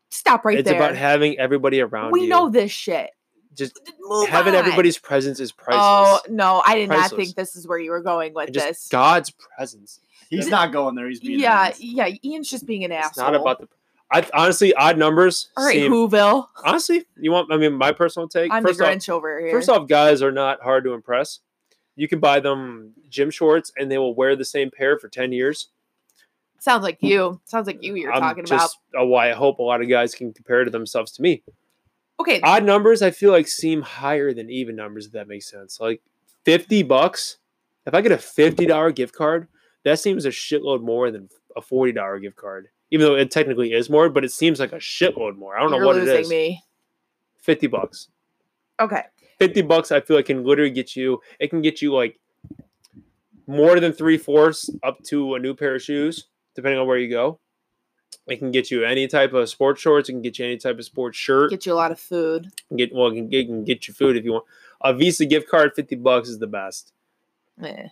Stop right
it's
there.
about having everybody around
we
you.
know this shit.
just
Move
having
on.
everybody's presence is priceless.
Oh no, I did not
Priceless.
think this is where you were going with
And just
this.
God's presence.
He's
Yeah.
not going there. He's being
yeah,
honest.
yeah. Ian's just being an
It's
asshole.
not about the. I honestly odd numbers.
All right,
seem-
Whoville.
honestly, you want? I mean, my personal take.
I'm
first
the
off,
Grinch over here.
first off, guys are not hard to impress. You can buy them gym shorts, and they will wear the same pair for ten years.
sounds like you. Sounds like you. You're
I'm
talking about.
just, Oh, why I hope a lot of guys can compare to themselves to me.
Okay,
Odd numbers, I feel like, seem higher than even numbers. If that makes sense, like fifty bucks. If I get a fifty dollar gift card, that seems a shitload more than a forty dollar gift card. Even though it technically is more, but it seems like a shitload more. I don't
you're
know what it
losing
is.
me.
Fifty bucks.
Okay,
50 bucks i feel like can literally get you it can get you like more than three fourths up to a new pair of shoes depending on where you go it can get you any type of sports shorts it can get you any type of sports shirt
get you a lot of food.
It can get well it can, it can get you food if you want a visa gift card 50 bucks is the best
Eh.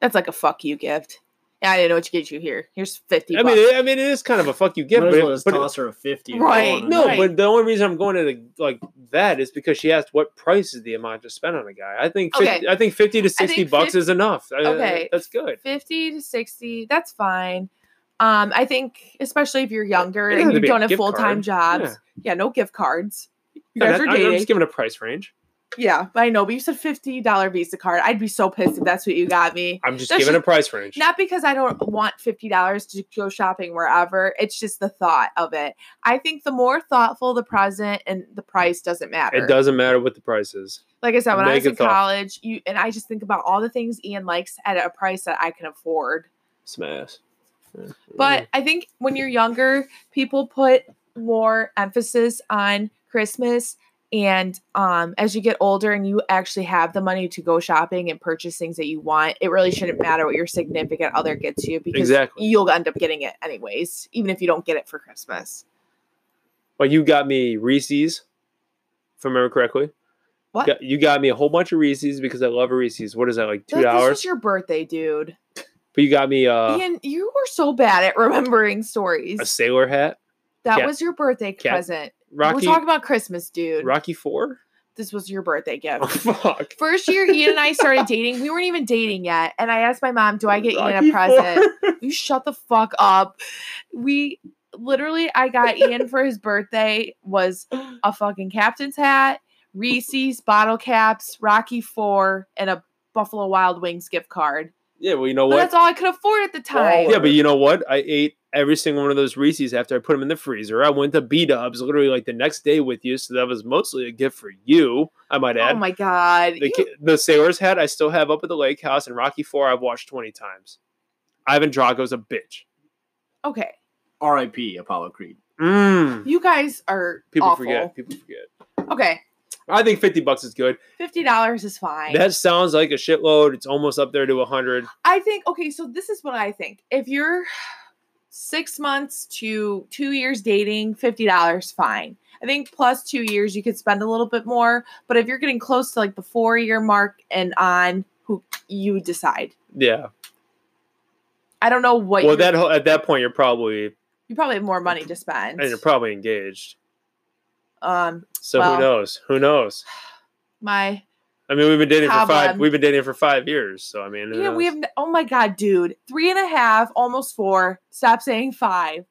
That's like a fuck you gift. Yeah, I didn't know what you get you here. Here's fifty.
i mean
bucks.
it, i mean it is kind of a fuck you gift
Might
but,
as
it-
well just
but it-
toss her a fifty.
Right,
no
Right.
but the only reason i'm going to the, like that is because she asked what price is the amount to spend on a guy i think 50,
Okay.
i think 50 to 60
think
bucks
fif-
is enough I- I-
Okay.
that's good
50 to 60 that's fine um i think especially if you're younger
doesn't
and
have to
you
be a
don't have
gift
full-time
card.
jobs yeah. no gift cards you
No,
guys
that-
are
I'm- I'm
dating
just giving a price range.
yeah but i know but you said $50 visa card i'd be so pissed if that's what you got me
I'm just
That's
giving
just-
a price range.
not because i don't want $50 to go shopping wherever it's just the thought of it i think the more thoughtful the present and the price doesn't matter
it doesn't matter what the price is.
like I said, when I
Make
was
it
in
thoughtful.
college, you and I just think about all the things Ian likes at a price that I can afford.
Smash. Mm-hmm.
But I think when you're younger, people put more emphasis on Christmas. And um, as you get older and you actually have the money to go shopping and purchase things that you want, it really shouldn't matter what your significant other gets you because
Exactly.
you'll end up getting it anyways, even if you don't get it for Christmas.
well, you got me Reese's, if I remember correctly.
What?
Got- you got me a whole bunch of Reese's because I love a Reese's. What is that, like two
Like, This
dollars?
was your birthday, dude.
but you got me uh,
Ian, you were so bad at remembering stories.
a sailor hat,
that
cat-
was your birthday
cat-
present.
Rocky
we're talking about Christmas, dude.
Rocky Four.
this was your birthday gift.
Oh, fuck.
First year, Ian and I started dating. We weren't even dating yet. And I asked my mom, Do I get Ian
Rocky
a present?
Four.
You shut the fuck up. We literally, I got Ian for his birthday was a fucking captain's hat, Reese's, bottle caps, Rocky Four, and a Buffalo Wild Wings gift card.
yeah, well, you know what?
But that's all I could afford at the time.
Yeah, but you know what? I ate every single one of those Reese's after I put them in the freezer. I went to B Dubs literally like the next day with you, so that was mostly a gift for you. I might add.
oh my God.
the,
You-
ki- the sailor's hat I still have up at the lake house, and Rocky Four I've watched twenty times. Ivan Drago's a bitch.
okay.
R.I.P. Apollo Creed.
Mm.
You guys are
People
awful.
forget. People forget.
Okay.
I think fifty bucks is good.
$50 is fine.
That sounds like a shitload. It's almost up there to a hundred.
I think okay, so this is what I think. If you're six months to two years dating, fifty dollars fine. I think plus two years you could spend a little bit more, but if you're getting close to like the four year mark and on, who you decide.
Yeah.
I don't know what
well,
you're-
that whole- at that point you're probably
you probably have more money to spend.
and you're probably engaged.
Um,
So
Well.
who knows? Who knows?
my
I mean, we've been dating for five.
Cobweb.
We've been dating for five years. So I mean, who
yeah, we
knows?
have n- oh my god, dude, three and a half, almost four. Stop saying five.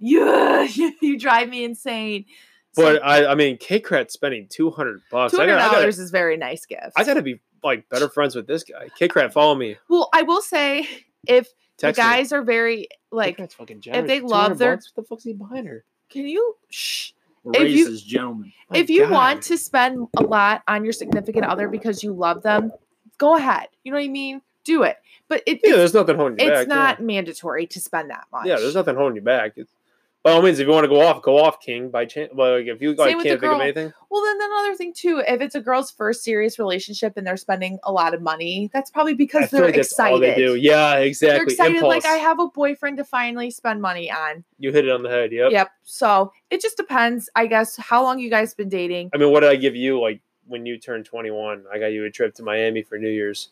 Yeah, you drive me insane. So-
But I, I mean, K Krat spending two hundred bucks.
Two
Oh, I
hundred
gotta, I gotta,
dollars is a very nice gift.
I gotta be like better friends with this guy. K Krat, follow me.
well, I will say if
Text
the
me.
guys are very
That
like.
guy's fucking generous.
they
200
love their-
bucks? what the fuck's he buying her?
Can you? Shh.
We're
If you-
racist gentlemen.
Oh My
if you
God.
want to spend a lot on your significant other because you love them, go ahead. You know what I mean? Do it. But it,
yeah,
it's,
there's nothing holding you back.
it's
yeah.
not mandatory to spend that much.
Yeah, there's nothing holding you back. It's, by all means, if you want to go off, go off, King. By chance, like if you like
Same with the
can't think of
girl.
anything,
Well, then another thing too, if it's a girl's first serious relationship and they're spending a lot of money, that's probably
I
because
feel
they're
like that's
excited.
all they do. Yeah,
They're
exactly.
excited,
Impulse.
like I have a boyfriend to finally spend money on.
you hit it on the head. Yep.
Yep. So it just depends, I guess, how long you guys been dating.
I mean, what did I give you like when you turned 21? I got you a trip to Miami for New Year's.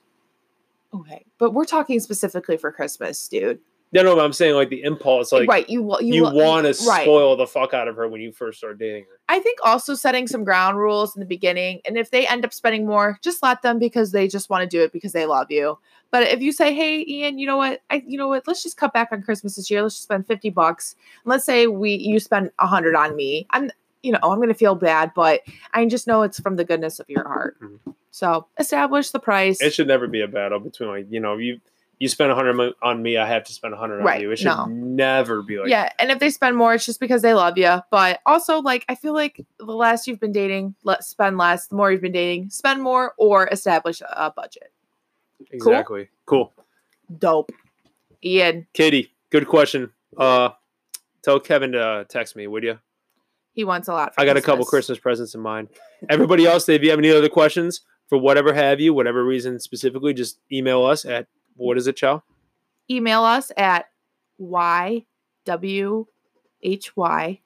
Okay, but we're talking specifically for Christmas, dude.
No, no, but I'm saying like the impulse, like
right? You wa- you,
you,
wa-
want to
right.
spoil the fuck out of her when you first start dating her.
I think also setting some ground rules in the beginning. And if they end up spending more, just let them because they just want to do it because they love you. But if you say, hey, Ian, you know what? I you know what? Let's just cut back on Christmas this year. Let's just spend 50 bucks. Let's say we you spend a hundred on me. I'm you know, I'm gonna feel bad, but I just know it's from the goodness of your heart.
Mhm.
So establish the price.
It should never be a battle between like you know you you spend 100 mo- on me, I have to spend 100 on
Right,
you. It should
no.
never be like
yeah, and if they spend more, it's just because they love you. But also, like, I feel like the less you've been dating, let spend less. The more you've been dating, spend more, or establish a- a budget.
exactly cool.
dope. Ian,
Katie, good question. Uh, tell Kevin to text me, would you?
he wants a lot. For
I got a couple Christmas presents in mind. Everybody else, if you have any other questions for whatever have you, whatever reason specifically, just email us at what is it, Chow?
Email us at y w h y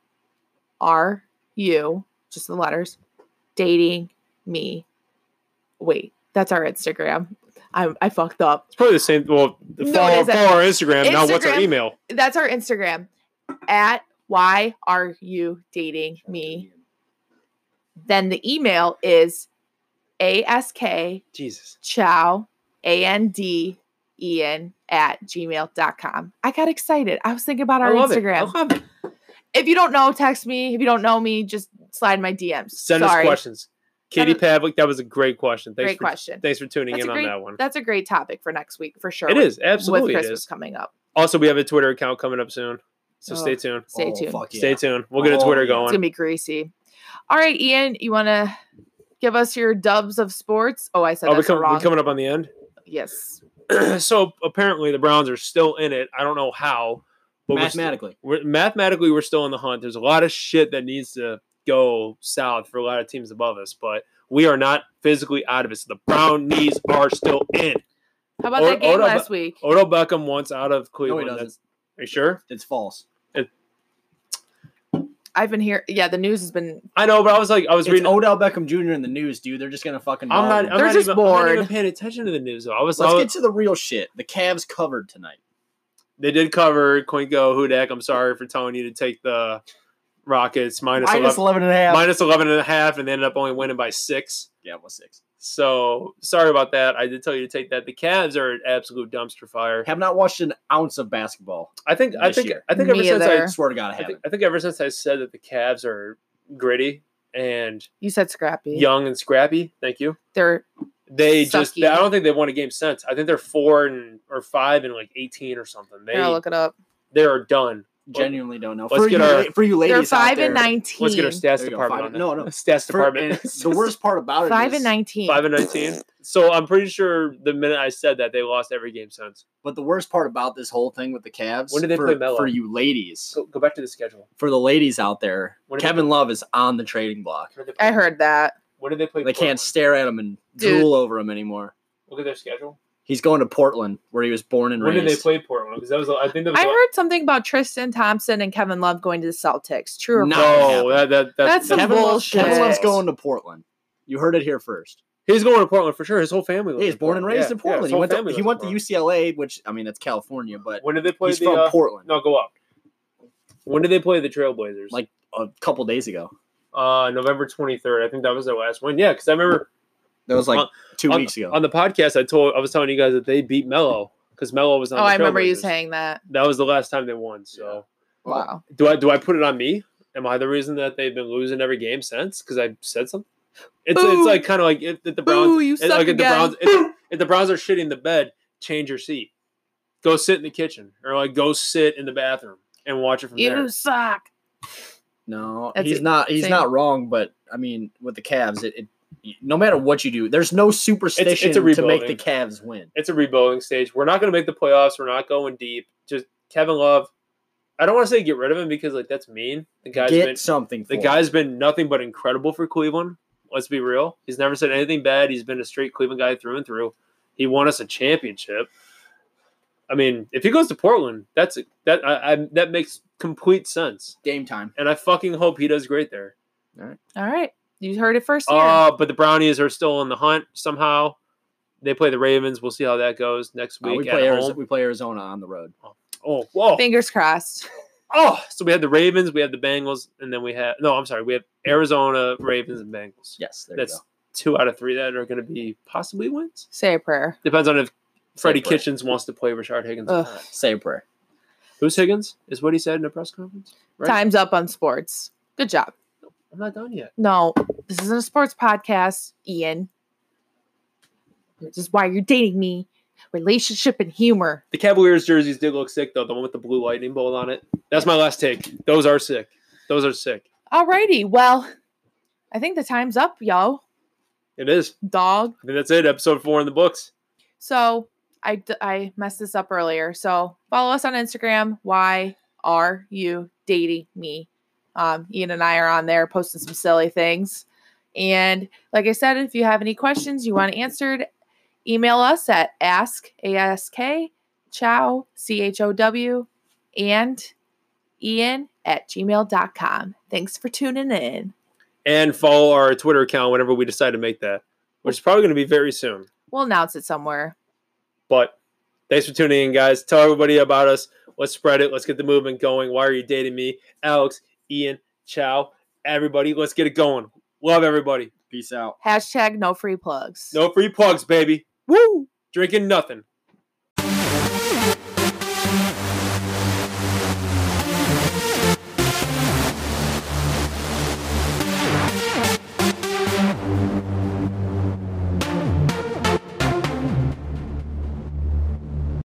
r u just the letters dating me. Wait, that's our Instagram. I I fucked up.
It's probably the same. Well, the
No, it
follow,
isn't.
follow our Instagram, Now, what's our
Instagram.
email?
That's our Instagram at why are you dating me? Then the email is ask
Jesus.
chow a n d ian at gmail.com i got excited i was thinking about our
I love
instagram
It. I love it.
if you don't know text me if you don't know me just slide my dms
Send
Sorry.
us questions.
Send
Katie Pavlik, that was a great question. Thanks
great
for,
question
Thanks for tuning
that's a,
in
great,
on that one.
that's a great topic for next week for sure
It
with-
is. Absolutely,
with
it
christmas
is.
coming up
Also, we have a Twitter account coming up soon. So
Oh.
stay tuned.
stay
Oh,
tuned
fuck
Stay
yeah.
tuned. We'll get a
Oh,
Twitter
yeah.
it's
going.
gonna be greasy all right ian you want to give us your dubs of sports oh i said
Oh, we
that's
come, we
wrong
coming up on the end?
yes
so apparently the Browns are still in it. I don't know how, but we're, st-
Mathematically,
we're mathematically we're still in the hunt. There's a lot of shit that needs to go south for a lot of teams above us, but we are not physically out of it. So the Brown knees are still in.
how about
Or-
that game
or-
last week
Odell Beckham wants out of
no, he
Cleveland.
doesn't.
That's, are you sure?
It's false.
i've been here yeah the news has been
I know, but I was like, I was
It's
reading.
Odell Beckham Jr. in the news, dude. They're just gonna fucking.
I'm
bomb
not.
him.
I'm
Um, They're
not
just
even, I'm not even
bored.
paying attention to the news. though. I was. I
Let's
was-
get to the real shit. The Cavs covered tonight.
they did cover Quinko Hudak. I'm sorry for telling you to take the Rockets minus,
Minus
11,
eleven and a half.
minus 11 and a half, and they ended up only winning by six.
yeah, it was six.
So sorry about that. I did tell you to take that. The Cavs are an absolute dumpster fire.
Have not watched an ounce of basketball.
I think. I
This
think.
year.
I think
Me
ever since
either.
I,
I swear to God, I
I think,
haven't.
I think ever since I said that the Cavs are gritty and
you said scrappy
young and scrappy. Thank you.
they're
They just.
Sucky.
I don't think they won a game since. I think they're four and or five and like eighteen or something. They
Here, I'll look it up.
they are done.
Genuinely don't know.
Let's
for,
get
you,
our-
la- for you ladies,
They're five
out
and
there,
nineteen.
Let's get our stats
There you go,
department
five-
on that.
no, no.
Stats
for-
department.
and the worst part about it is
Five and nineteen.
Five and nineteen. So I'm pretty sure the minute I said that, they lost every game since.
But the worst part about this whole thing with the Cavs
When did they
for,
play Melo?
for you ladies,
Go, go back to the schedule.
for the ladies out there,
When did they-
Kevin Love is on the trading block.
When did they play-
I heard that.
When did they play?
They
Portland?
can't stare at him and
Dude.
drool over him anymore.
Look at their schedule.
He's going to Portland, where he was born and
When
raised.
did they play Portland? Because that was, I think that was.
I
the-
heard something about Tristan Thompson and Kevin Love going to the Celtics. True or
No.
false?
no, Oh, that, that, that's,
That's some
Kevin Love's,
bullshit.
Kevin Love's going to Portland. You heard it here first.
he's going to Portland for sure. His whole family. lives
He's
in
born and raised
Yeah,
in Portland.
Yeah,
he went,
his whole
to,
family
he went
lives
to
in
UCLA, which I mean, that's California, but
Portland. When did they play
he's
the?
from
uh,
Portland.
no, go up. When did they play the Trailblazers?
Like- A couple days ago,
uh, November 23rd. I think that was their last one. Yeah, because I remember
that was like
On-
two
on,
weeks ago.
on the podcast I told I was telling you guys that they beat Mello because Mello was on.
Oh,
the
I remember you
Trailblazers.
saying that.
that was the last time they won. So
Wow.
do I do I put it on me? Am I the reason that they've been losing every game since? Because I said something. It's
Boo.
it's like kind of like if, if the Browns
Boo, you
it-
suck
like if the
again.
Browns if, if the Browns are shitting the bed, change your seat. go sit in the kitchen or like go sit in the bathroom and watch it from
You
there.
suck.
No,
That's
he's
it.
not. He's
Same.
not wrong, but I mean, with the Cavs, it, it no matter what you do, there's no superstition to make the
rebuilding.
Cavs win.
It's a rebuilding stage. We're not going to make the playoffs. We're not going deep. Just Kevin Love. I don't want to say get rid of him because like that's mean. The guy's
Get
been
something. For
the
it.
guy's been nothing but incredible for Cleveland. Let's be real. He's never said anything bad. He's been a straight Cleveland guy through and through. He won us a championship. I mean, if he goes to Portland, that's that I, I, that makes complete sense.
game time.
And I fucking hope he does great there.
All right. You heard it first
Oh,
here.
but the Brownies are still in the hunt somehow. They play the Ravens. We'll see how that goes next
Uh,
week
we
at
play Arizona,
home.
we play Arizona on the road.
Oh, whoa.
Fingers crossed.
Oh, so we had the Ravens, we had the Bengals, and then we had no, I'm sorry, we have Arizona, Ravens, and Bengals.
Yes, there
That's
you
two out of three that are going to be possibly wins.
Say a prayer.
Depends on if
Say
Freddie
a prayer.
Kitchens wants to play Richard Higgins. or
Ugh.
not.
go. Say a prayer.
Who's Higgins? Is what he said in a press conference. Right?
Time's up on sports. Good job.
I'm not done yet.
No, this isn't a sports podcast, Ian. This is why you're dating me. Relationship and humor.
The Cavaliers jerseys did look sick though. The one with the blue lightning bolt on it. That's my last take. Those are sick. Those are sick.
Alrighty. Well, I think the time's up, y'all.
It is.
Dog.
I think that's it. Episode four in the books.
So I d- I messed this up earlier. So follow us on Instagram. Why are you dating me? Um, Ian and I are on there posting some silly things. And like I said, if you have any questions you want answered, email us at ask ask chow c h o w and Ian at gmail.com. Thanks for tuning in.
And follow our Twitter account whenever we decide to make that, which is probably going to be very soon.
We'll announce it somewhere.
But thanks for tuning in, guys. Tell everybody about us. Let's spread it. Let's get the movement going. Why are you dating me? Alex, Ian, Chow, everybody. Let's get it going. Love everybody.
Peace out.
Hashtag no free plugs.
No free plugs, baby.
Woo!
Drinking nothing.